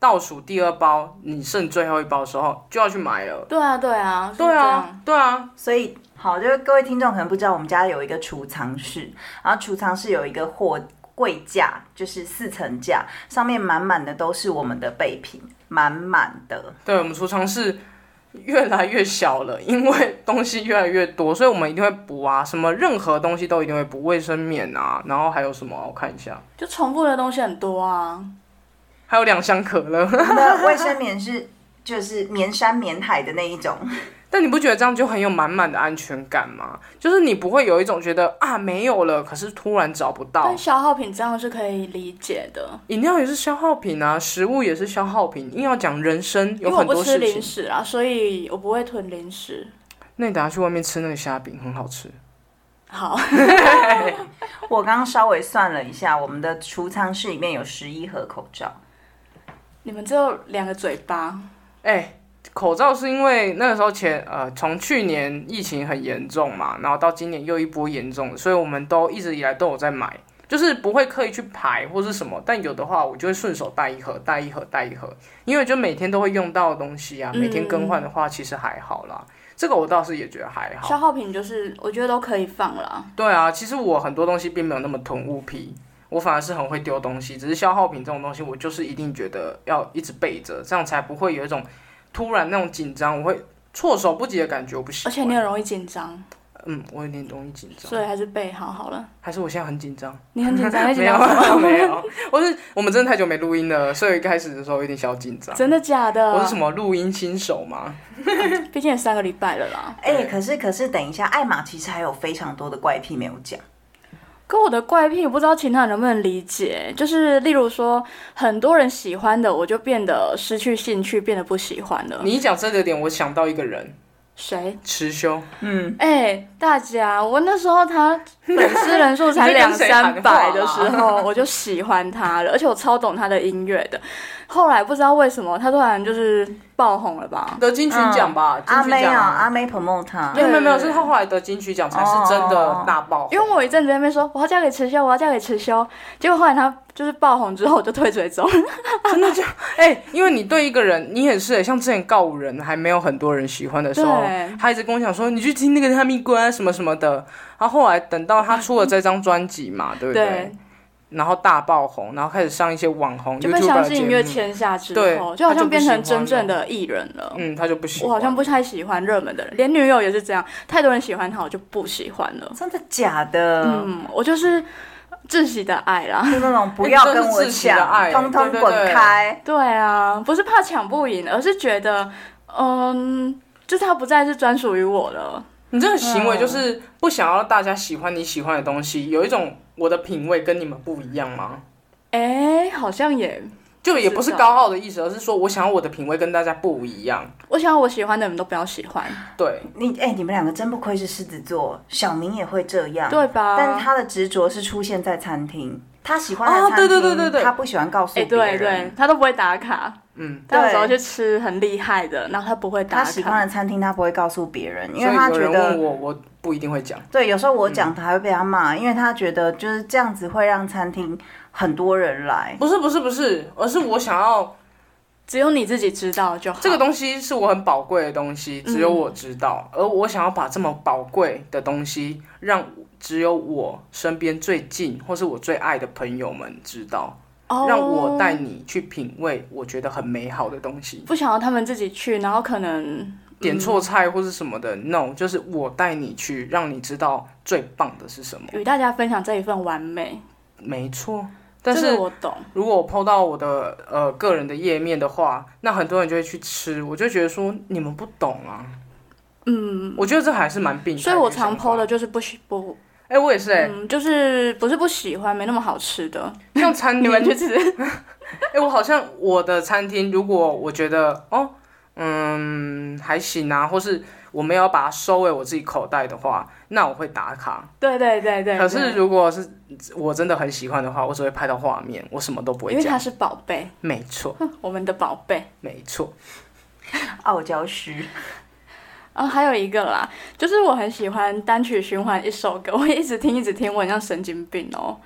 Speaker 3: 倒数第二包，你剩最后一包的时候就要去买了。
Speaker 2: 对啊，对啊，是
Speaker 3: 对
Speaker 2: 这样，
Speaker 3: 啊，对啊，
Speaker 1: 所以好，就是各位听众可能不知道，我们家有一个储藏室，然后储藏室有一个货柜架，就是四层架，上面满满的都是我们的备品，满满的。
Speaker 3: 对我们储藏室越来越小了，因为东西越来越多，所以我们一定会补啊，什么任何东西都一定会补，卫生棉啊，然后还有什么啊？我看一下，
Speaker 2: 就重复的东西很多啊。
Speaker 3: 还有两箱可乐。
Speaker 1: 那卫生棉是就是棉山棉海的那一种，
Speaker 3: 但你不觉得这样就很有满满的安全感吗？就是你不会有一种觉得啊没有了，可是突然找不到
Speaker 2: 但。消耗品这样是可以理解的，
Speaker 3: 饮料也是消耗品啊，食物也是消耗品。硬要讲人生
Speaker 2: 因
Speaker 3: 有
Speaker 2: 为我
Speaker 3: 很
Speaker 2: 不
Speaker 3: 多
Speaker 2: 吃
Speaker 3: 事
Speaker 2: 零
Speaker 3: 情，
Speaker 2: 食啊，所以我不会囤零食。
Speaker 3: 那你等下去外面吃那个虾饼，很好吃。
Speaker 2: 好，
Speaker 1: 我刚刚稍微算了一下，我们的储藏室里面有十一盒口罩。
Speaker 2: 你们只有两个嘴巴，
Speaker 3: 哎、口罩是因为那个时候前呃，从去年疫情很严重嘛，然后到今年又一波严重，所以我们都一直以来都有在买，就是不会刻意去排或是什么，但有的话我就会顺手带一盒，带一盒，带一盒，因为就每天都会用到的东西
Speaker 2: 嗯
Speaker 3: 啊，每天更换的话其实还好啦，这个我倒是也觉得还好。
Speaker 2: 消耗品就是我觉得都可以放啦。
Speaker 3: 对啊，其实我很多东西并没有那么囤物癖，我反而是很会丢东西。只是消耗品这种东西，我就是一定觉得要一直备着，这样才不会有一种突然那种紧张，我会措手不及的感觉。我不喜
Speaker 2: 而
Speaker 3: 欢。
Speaker 2: 且你很容易紧张，
Speaker 3: 嗯，我有点容易紧张，
Speaker 2: 所以还是备好好了。
Speaker 3: 还是我现在很紧张？
Speaker 2: 你很紧 张，你紧
Speaker 3: 没有啊
Speaker 2: 张什么？
Speaker 3: 没有，我是我们真的太久没录音了，所以一开始的时候有点小紧 张。
Speaker 2: 真的假的？
Speaker 3: 我是什么录音新手吗？
Speaker 2: 毕竟也三个礼拜了啦。
Speaker 1: 哎、
Speaker 3: 对
Speaker 1: 可是可是，等一下，艾玛其实还有非常多的怪癖没有讲。
Speaker 2: 可我的怪癖，我不知道其他人能不能理解。就是例如说，很多人喜欢的，我就变得失去兴趣，变得不喜欢了。
Speaker 3: 你一讲这个点，我想到一个人，
Speaker 2: 谁？
Speaker 3: 持修，
Speaker 1: 嗯，
Speaker 2: 哎、大家，我那时候他粉丝人数才
Speaker 3: 你在
Speaker 2: 两
Speaker 3: 跟谁喊话啊
Speaker 2: 三百的时候， 我就喜欢他了，而且我超懂他的音乐的。后来不知道为什么，他突然就是爆红了吧？
Speaker 3: 得金曲奖吧？
Speaker 1: 阿
Speaker 3: 金曲
Speaker 1: 妹
Speaker 3: 奖
Speaker 1: 啊，
Speaker 3: 啊
Speaker 1: 阿妹 promote 她
Speaker 3: 没。有没有没有，
Speaker 2: 对哦
Speaker 3: 是他后来得金曲奖才是真的大爆红。
Speaker 2: 因为我有一阵子在那边说我要嫁给池修，我要嫁给池修，结果后来他就是爆红之后，我就退追踪。
Speaker 3: 哎、因为你对一个人，你也是、欸、像之前告五人还没有很多人喜欢的时候
Speaker 2: 对，
Speaker 3: 他一直跟我讲说你去听那个他蜜瓜什么什么的，然后后来等到他出了这张专 辑嘛，对不对？
Speaker 2: 对，
Speaker 3: 然后大爆红，然后开始上一些网红
Speaker 2: 就被
Speaker 3: YouTube
Speaker 2: 相
Speaker 3: 的
Speaker 2: 信音乐
Speaker 3: 节目，
Speaker 2: 签下之
Speaker 3: 对
Speaker 2: 后，就好
Speaker 3: 他就
Speaker 2: 像
Speaker 3: 不
Speaker 2: 变成
Speaker 3: 喜欢
Speaker 2: 真
Speaker 3: 了
Speaker 2: 正的艺人了。
Speaker 3: 嗯，他就不喜欢。
Speaker 2: 我好像不太喜欢热门的人，连女友也是这样，太多人喜欢他，我就不喜欢了。
Speaker 1: 真的假的？
Speaker 2: 嗯，我就是窒息的爱啦。
Speaker 1: 就那种不要跟我
Speaker 3: 哎这是自己的
Speaker 1: 抢，
Speaker 3: 爱
Speaker 1: 通通
Speaker 3: 对对
Speaker 1: 滚
Speaker 3: 对
Speaker 1: 开。
Speaker 2: 对啊，不是怕抢不赢，而是觉得，嗯，就是他不再是专属于我了。
Speaker 3: 你这个行为就是不想要大家喜欢你喜欢的东西，有一种我的品味跟你们不一样吗？
Speaker 2: 哎，好像也，
Speaker 3: 就也不是
Speaker 2: 不知道
Speaker 3: 高傲的意思，而是说我想要我的品味跟大家不一样。
Speaker 2: 我想我喜欢的你们都不要喜欢，
Speaker 3: 对，
Speaker 1: 你哎、你们两个真不愧是狮子座，小明也会这
Speaker 3: 啊
Speaker 1: 样，
Speaker 2: 对吧？
Speaker 1: 但他的执着是出现在餐厅，他喜欢的
Speaker 3: 哦
Speaker 1: 餐厅，
Speaker 3: 对对对对对
Speaker 1: 他不喜欢告诉别
Speaker 2: 哎，
Speaker 1: 人，
Speaker 2: 对对，他都不会打卡。
Speaker 3: 嗯，
Speaker 2: 他有时候
Speaker 1: 对
Speaker 2: 去吃很厉害的，然后他不会打
Speaker 1: 他喜欢
Speaker 2: 卡。
Speaker 1: 的餐厅他不会告诉别人，因
Speaker 3: 所
Speaker 1: 为
Speaker 3: 以
Speaker 1: 他
Speaker 3: 有
Speaker 1: 觉
Speaker 3: 人问
Speaker 1: 得。
Speaker 3: 我，我不一定会讲。
Speaker 1: 对，有时候我讲他还会被他骂，因为他觉得就是这样子会让餐厅很多人来。
Speaker 3: 不是不是不是，而是我想要
Speaker 2: 只有你自己知道就好。
Speaker 3: 这个东西是我很宝贵的东西，只有我知道，而我想要把这么宝贵的东西让只有我身边最近或是我最爱的朋友们知道，
Speaker 2: 哦
Speaker 3: 让我带你去品味我觉得很美好的东西。
Speaker 2: 不想要他们自己去，然后可能
Speaker 3: 点错菜或是什么的、n o 就是我带你去，让你知道最棒的是什么。
Speaker 2: 与大家分享这一份完美。
Speaker 3: 没错，但是
Speaker 2: 这个我懂，
Speaker 3: 如果我 PO 到我的呃个人的页面的话，那很多人就会去吃，我就觉得说你们不懂啊。嗯，我觉得这还是蛮病态的
Speaker 2: 所以我常 PO 的
Speaker 3: 的，
Speaker 2: 就是不喜不，
Speaker 3: 哎、我也是哎、
Speaker 2: 嗯，就是不是不喜欢，没那么好吃的，
Speaker 3: 像餐
Speaker 2: 你
Speaker 3: 厅，
Speaker 2: 们去
Speaker 3: 哎、
Speaker 2: 吃。
Speaker 3: 我好像我的餐厅，如果我觉得哦，嗯还行啊，或是我没有把它收回我自己口袋的话，那我会打卡。
Speaker 2: 对对对对。
Speaker 3: 可是
Speaker 2: 对
Speaker 3: 如果是我真的很喜欢的话，我只会拍到画面，我什么都不
Speaker 2: 因
Speaker 3: 会
Speaker 2: 为它
Speaker 3: 讲。
Speaker 2: 是宝贝，
Speaker 3: 没错，
Speaker 2: 我们的宝贝。
Speaker 3: 没错，
Speaker 1: 傲娇虚，
Speaker 2: 啊、还有一个啦，就是我很喜欢单曲循环一首歌，我一直听一直听，我很像神经病哦。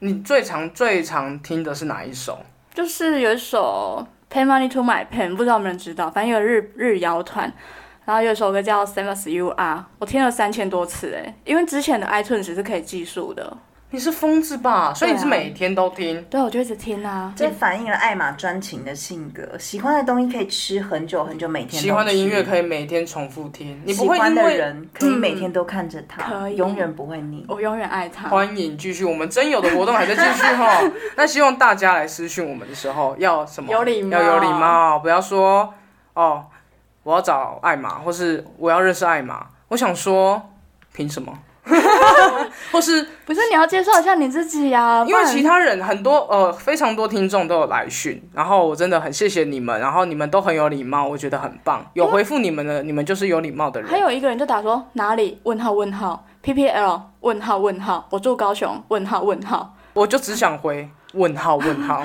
Speaker 3: 你最常最常听的是哪一首？
Speaker 2: 就是有一首《Pay Money to My Pen》，不知道有没有人知道，反正有日日谣团，然后有一首歌叫《Same as You Are》，我听了三千多次哎，因为之前的 iTunes 是可以计数的，
Speaker 3: 你是疯子吧？所以你是
Speaker 2: 对啊
Speaker 3: 每天都听。
Speaker 2: 对，我就一直听啊。
Speaker 1: 这反映了艾玛专情的性格。喜欢的东西可以吃很久很久，每天
Speaker 3: 喜欢的音乐可
Speaker 1: 以，
Speaker 3: 以每天重复听，你不
Speaker 1: 喜
Speaker 3: 会
Speaker 1: 欢
Speaker 3: 因
Speaker 1: 的
Speaker 3: 为嗯
Speaker 1: 人可以每天都看着他，
Speaker 2: 可以
Speaker 1: 永远不会腻。
Speaker 2: 我永远爱他。
Speaker 3: 欢迎继续，我们真有的活动还在继续哈。那希望大家来私讯我们的时候要什么？
Speaker 2: 有礼貌
Speaker 3: 要有礼貌，不要说哦，我要找艾玛，或是我要认识艾玛。我想说，凭什么？ 或是
Speaker 2: 不是你要介绍一下你自己呀、
Speaker 3: 因为
Speaker 2: 啊不然
Speaker 3: 其他人很多呃非常多听众都有来讯，然后我真的很谢谢你们，然后你们都很有礼貌，我觉得很棒。有回复你们的，你们就是有礼貌的人
Speaker 2: 还。有一个人就打说哪里问号问号 PPL 问号问号，我住高雄问号问号，
Speaker 3: 我就只想回问号问 号，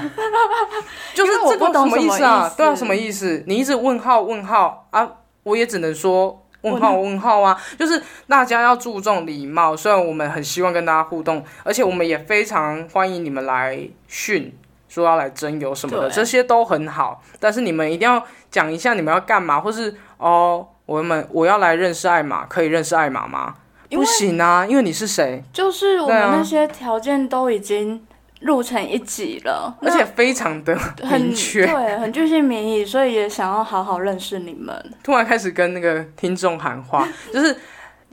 Speaker 3: 就是
Speaker 2: 因为我
Speaker 3: 这个
Speaker 2: 不懂
Speaker 3: 什么意思
Speaker 2: 什么
Speaker 3: 啊
Speaker 2: 意？思
Speaker 3: 对啊，什么意思？你一直问号问号啊，我也只能说。问号问号啊，就是大家要注重礼貌。虽然我们很希望跟大家互动，而且我们也非常欢迎你们来训，说要来征友什么的，
Speaker 2: 对
Speaker 3: 这些都很好。但是你们一定要讲一下你们要干嘛，或是哦，我们我要来认识艾玛，可以认识艾玛吗？
Speaker 2: 因
Speaker 3: 不
Speaker 2: 为
Speaker 3: 行啊，因为你是谁，
Speaker 2: 就是我
Speaker 3: 对
Speaker 2: 们
Speaker 3: 啊
Speaker 2: 那些条件都已经录成一集了，
Speaker 3: 而且非常的
Speaker 2: 那很
Speaker 3: 明确。
Speaker 2: 对，很具体民意，所以也想要好好认识你们。
Speaker 3: 突然开始跟那个听众喊 话，就是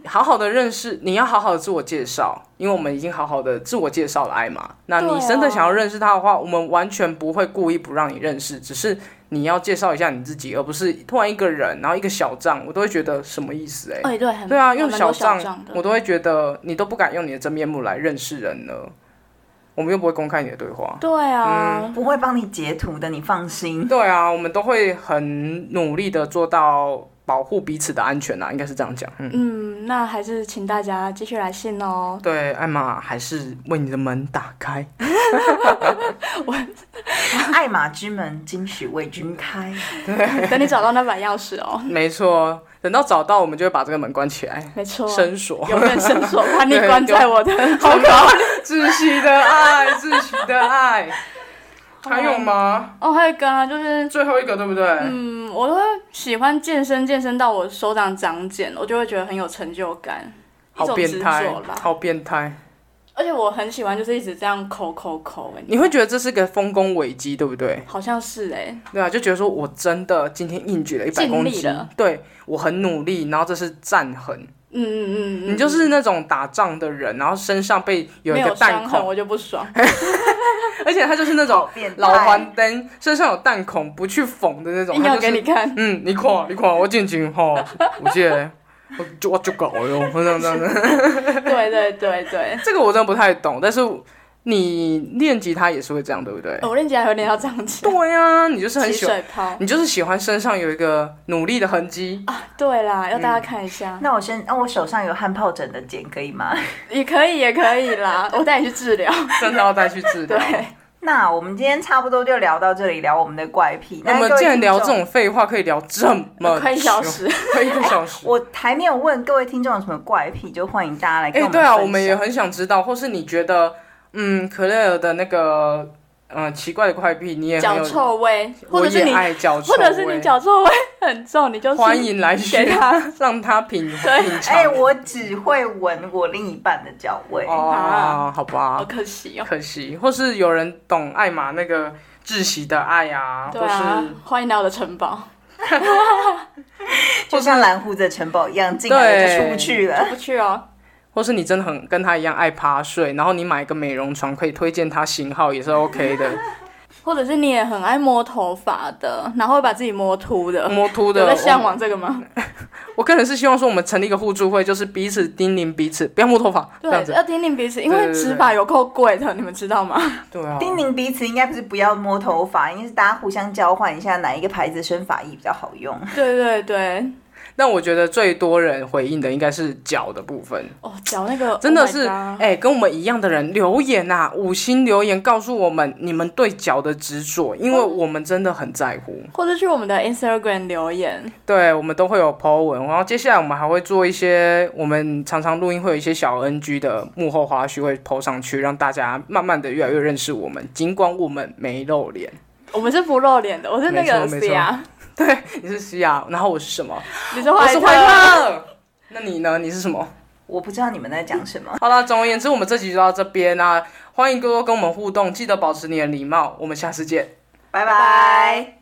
Speaker 3: 好好的认识，你要好好的自我介绍，因为我们已经好好的自我介绍了艾玛。那
Speaker 2: 对
Speaker 3: 你
Speaker 2: 啊
Speaker 3: 真的想要认识他的话，我们完全不会故意不让你认识，只是你要介绍一下你自己，而不是突然一个人，然后一个小账，我都会觉得什么意思、欸？哎、
Speaker 2: 哎，对，很
Speaker 3: 对啊，
Speaker 2: 还
Speaker 3: 用
Speaker 2: 蛮多
Speaker 3: 账
Speaker 2: 小账
Speaker 3: 我
Speaker 2: 的，
Speaker 3: 都会觉得你都不敢用你的真面目来认识人了，我们又不会公开你的对话。
Speaker 2: 对啊，
Speaker 1: 不会帮你截图的，你放 心。
Speaker 3: 对啊，我们都会很努力的做到保护彼此的安全啊，应该是这样讲。嗯，
Speaker 2: 嗯，那还是请大家继续来信哦。
Speaker 3: 对，艾玛还是为你的门打 开。
Speaker 1: 爱马之门，今许为君 开。
Speaker 2: 等你找到那把钥匙哦，
Speaker 3: 没错，等到找到，我们就会把这个门关起来，
Speaker 2: 没错，
Speaker 3: 深锁。
Speaker 2: 永远伸手把你
Speaker 3: 对
Speaker 2: 关在我的好可爱
Speaker 3: 窒息的爱，窒息的爱。还有吗？
Speaker 2: 哦，还有一个啊，就是
Speaker 3: 最后一个对不对？
Speaker 2: 嗯，我都会喜欢健身，健身到我手掌长茧，我就会觉得很有成就感，一
Speaker 3: 好
Speaker 2: 种
Speaker 3: 变
Speaker 2: 执
Speaker 3: 态
Speaker 2: 着，啦。
Speaker 3: 好变态！
Speaker 2: 而且我很喜欢，就是一直这样抠抠抠，哎
Speaker 3: 你会觉得这是个丰功伟绩，对不对？
Speaker 2: 好像是哎、
Speaker 3: 对啊，就觉得说我真的今天硬举了一百
Speaker 2: 尽
Speaker 3: 公
Speaker 2: 力
Speaker 3: 斤
Speaker 2: 了，
Speaker 3: 对我很努力，然后这是战痕。
Speaker 2: 嗯嗯嗯嗯，
Speaker 3: 你就是那种打仗的人，然后身上被有
Speaker 2: 没
Speaker 3: 一个
Speaker 2: 有
Speaker 3: 弹
Speaker 2: 伤痕
Speaker 3: 孔，
Speaker 2: 我就不 爽，
Speaker 3: 而且他就是那种
Speaker 1: 变态
Speaker 3: 老黄灯，身上有弹孔不去缝的那种，
Speaker 2: 硬
Speaker 3: 他
Speaker 2: 要
Speaker 3: 就
Speaker 2: 给
Speaker 3: 是
Speaker 2: 你看。
Speaker 3: 嗯，你看，你看，我进去吼， 我这我就我就搞哟， 这样这样这样
Speaker 2: 对对对 对，
Speaker 3: 这个我真的不太懂，但是你练吉他也是会这样，对不对？
Speaker 2: 哦我练起来有点要这样子，
Speaker 3: 对呀、你 就是很
Speaker 2: 起
Speaker 3: 喜欢，
Speaker 2: 水泡。
Speaker 3: 你就是喜欢身上有一个努力的痕迹，
Speaker 2: 哦对
Speaker 3: 嗯
Speaker 2: 啦，要大家看一下，
Speaker 1: 那我先，那、我手上有汗疱疹的茧可以吗？
Speaker 2: 也可以也可以 啦，我带你去治疗。
Speaker 3: 真的要带去治疗。
Speaker 2: 对，
Speaker 1: 那我们今天差不多就聊到这里，聊我们的怪癖。
Speaker 3: 哎
Speaker 1: 那
Speaker 3: 我们
Speaker 1: 各位
Speaker 3: 竟然
Speaker 1: 听
Speaker 3: 聊这
Speaker 1: 众
Speaker 2: 哎
Speaker 3: 种废话，可以聊这么
Speaker 2: 呃快一小
Speaker 3: 久，
Speaker 2: 时。
Speaker 3: 快一个小时。
Speaker 1: 我还没有问各位听众有什么怪癖，就欢迎大家来
Speaker 3: 哎、
Speaker 1: 跟我们
Speaker 3: 对啊，
Speaker 1: 分
Speaker 3: 我们也
Speaker 1: 享
Speaker 3: 很想知道，或是你觉得，嗯，可乐的那个，嗯，奇怪的怪癖，你也很
Speaker 2: 脚
Speaker 3: 有，
Speaker 2: 臭味，或
Speaker 3: 我
Speaker 2: 者是
Speaker 3: 也
Speaker 2: 你，
Speaker 3: 爱脚臭
Speaker 2: 或
Speaker 3: 味，
Speaker 2: 者是你脚臭味很重，你就是
Speaker 3: 欢迎来学
Speaker 2: 给他，
Speaker 3: 让他 品品尝。
Speaker 1: 哎、我只会闻我另一半的脚味。
Speaker 3: 哦
Speaker 2: 啊，
Speaker 3: 好
Speaker 2: 好
Speaker 3: 吧，
Speaker 2: 可惜哦。
Speaker 3: 可惜，或是有人懂艾玛那个窒息的爱啊，
Speaker 2: 对啊
Speaker 3: 或是，
Speaker 2: 欢迎来我的城堡，
Speaker 1: 就像蓝胡子的城堡一样，进来就出不去了。
Speaker 2: 不去哦。
Speaker 3: 或是你真的很跟他一样爱趴睡，然后你买一个美容床，可以推荐他型号也是 OK 的，
Speaker 2: 或者是你也很爱摸头发的，然后会把自己摸秃的，
Speaker 3: 摸秃的
Speaker 2: 有
Speaker 3: 哦
Speaker 2: 在
Speaker 3: 我
Speaker 2: 向往这个吗？
Speaker 3: 我个人是希望说，我们成立一个互助会，就是彼此叮咛彼此，不要摸头发这样
Speaker 2: 对，
Speaker 3: 子。
Speaker 2: 要听听彼此，因
Speaker 3: 对
Speaker 2: 为
Speaker 3: 对对
Speaker 2: 执法有够贵的，你们知道吗？
Speaker 3: 对啊，
Speaker 1: 叮咛彼此应该不是不要摸头发，应该是大家互相交换一下哪一个牌子生发液比较好用。
Speaker 2: 对对对，
Speaker 3: 但我觉得最多人回应的应该是脚的部分，
Speaker 2: 哦，脚那个
Speaker 3: 真的
Speaker 2: oh my
Speaker 3: 是
Speaker 2: god
Speaker 3: 哎、跟我们一样的人留言呐、五星留言告诉我们你们对脚的执着，因为
Speaker 2: Oh
Speaker 3: 我们真的很在乎。
Speaker 2: 或者去我们的 Instagram 留言，
Speaker 3: 对，我们都会有 po 文，然后接下来我们还会做一些，我们常常录音会有一些小 NG 的幕后花絮会 po 上去，让大家慢慢的越来越认识我们，尽管我们没露脸。
Speaker 2: 我们是不露脸的，我是那
Speaker 3: 没
Speaker 2: 个
Speaker 3: 错没
Speaker 2: 谁啊？
Speaker 3: 对，你是西亚，然后我是什么？
Speaker 2: 你是
Speaker 3: 我
Speaker 2: 坏
Speaker 3: 是坏啊特。那你呢？你是什么？
Speaker 1: 我不知道你们在讲什 么。
Speaker 3: 好了，总而言之，我们这集就到这边啦、欢迎多多跟我们互动，记得保持你的礼貌。我们下次见。
Speaker 1: 拜
Speaker 2: 拜
Speaker 1: 拜。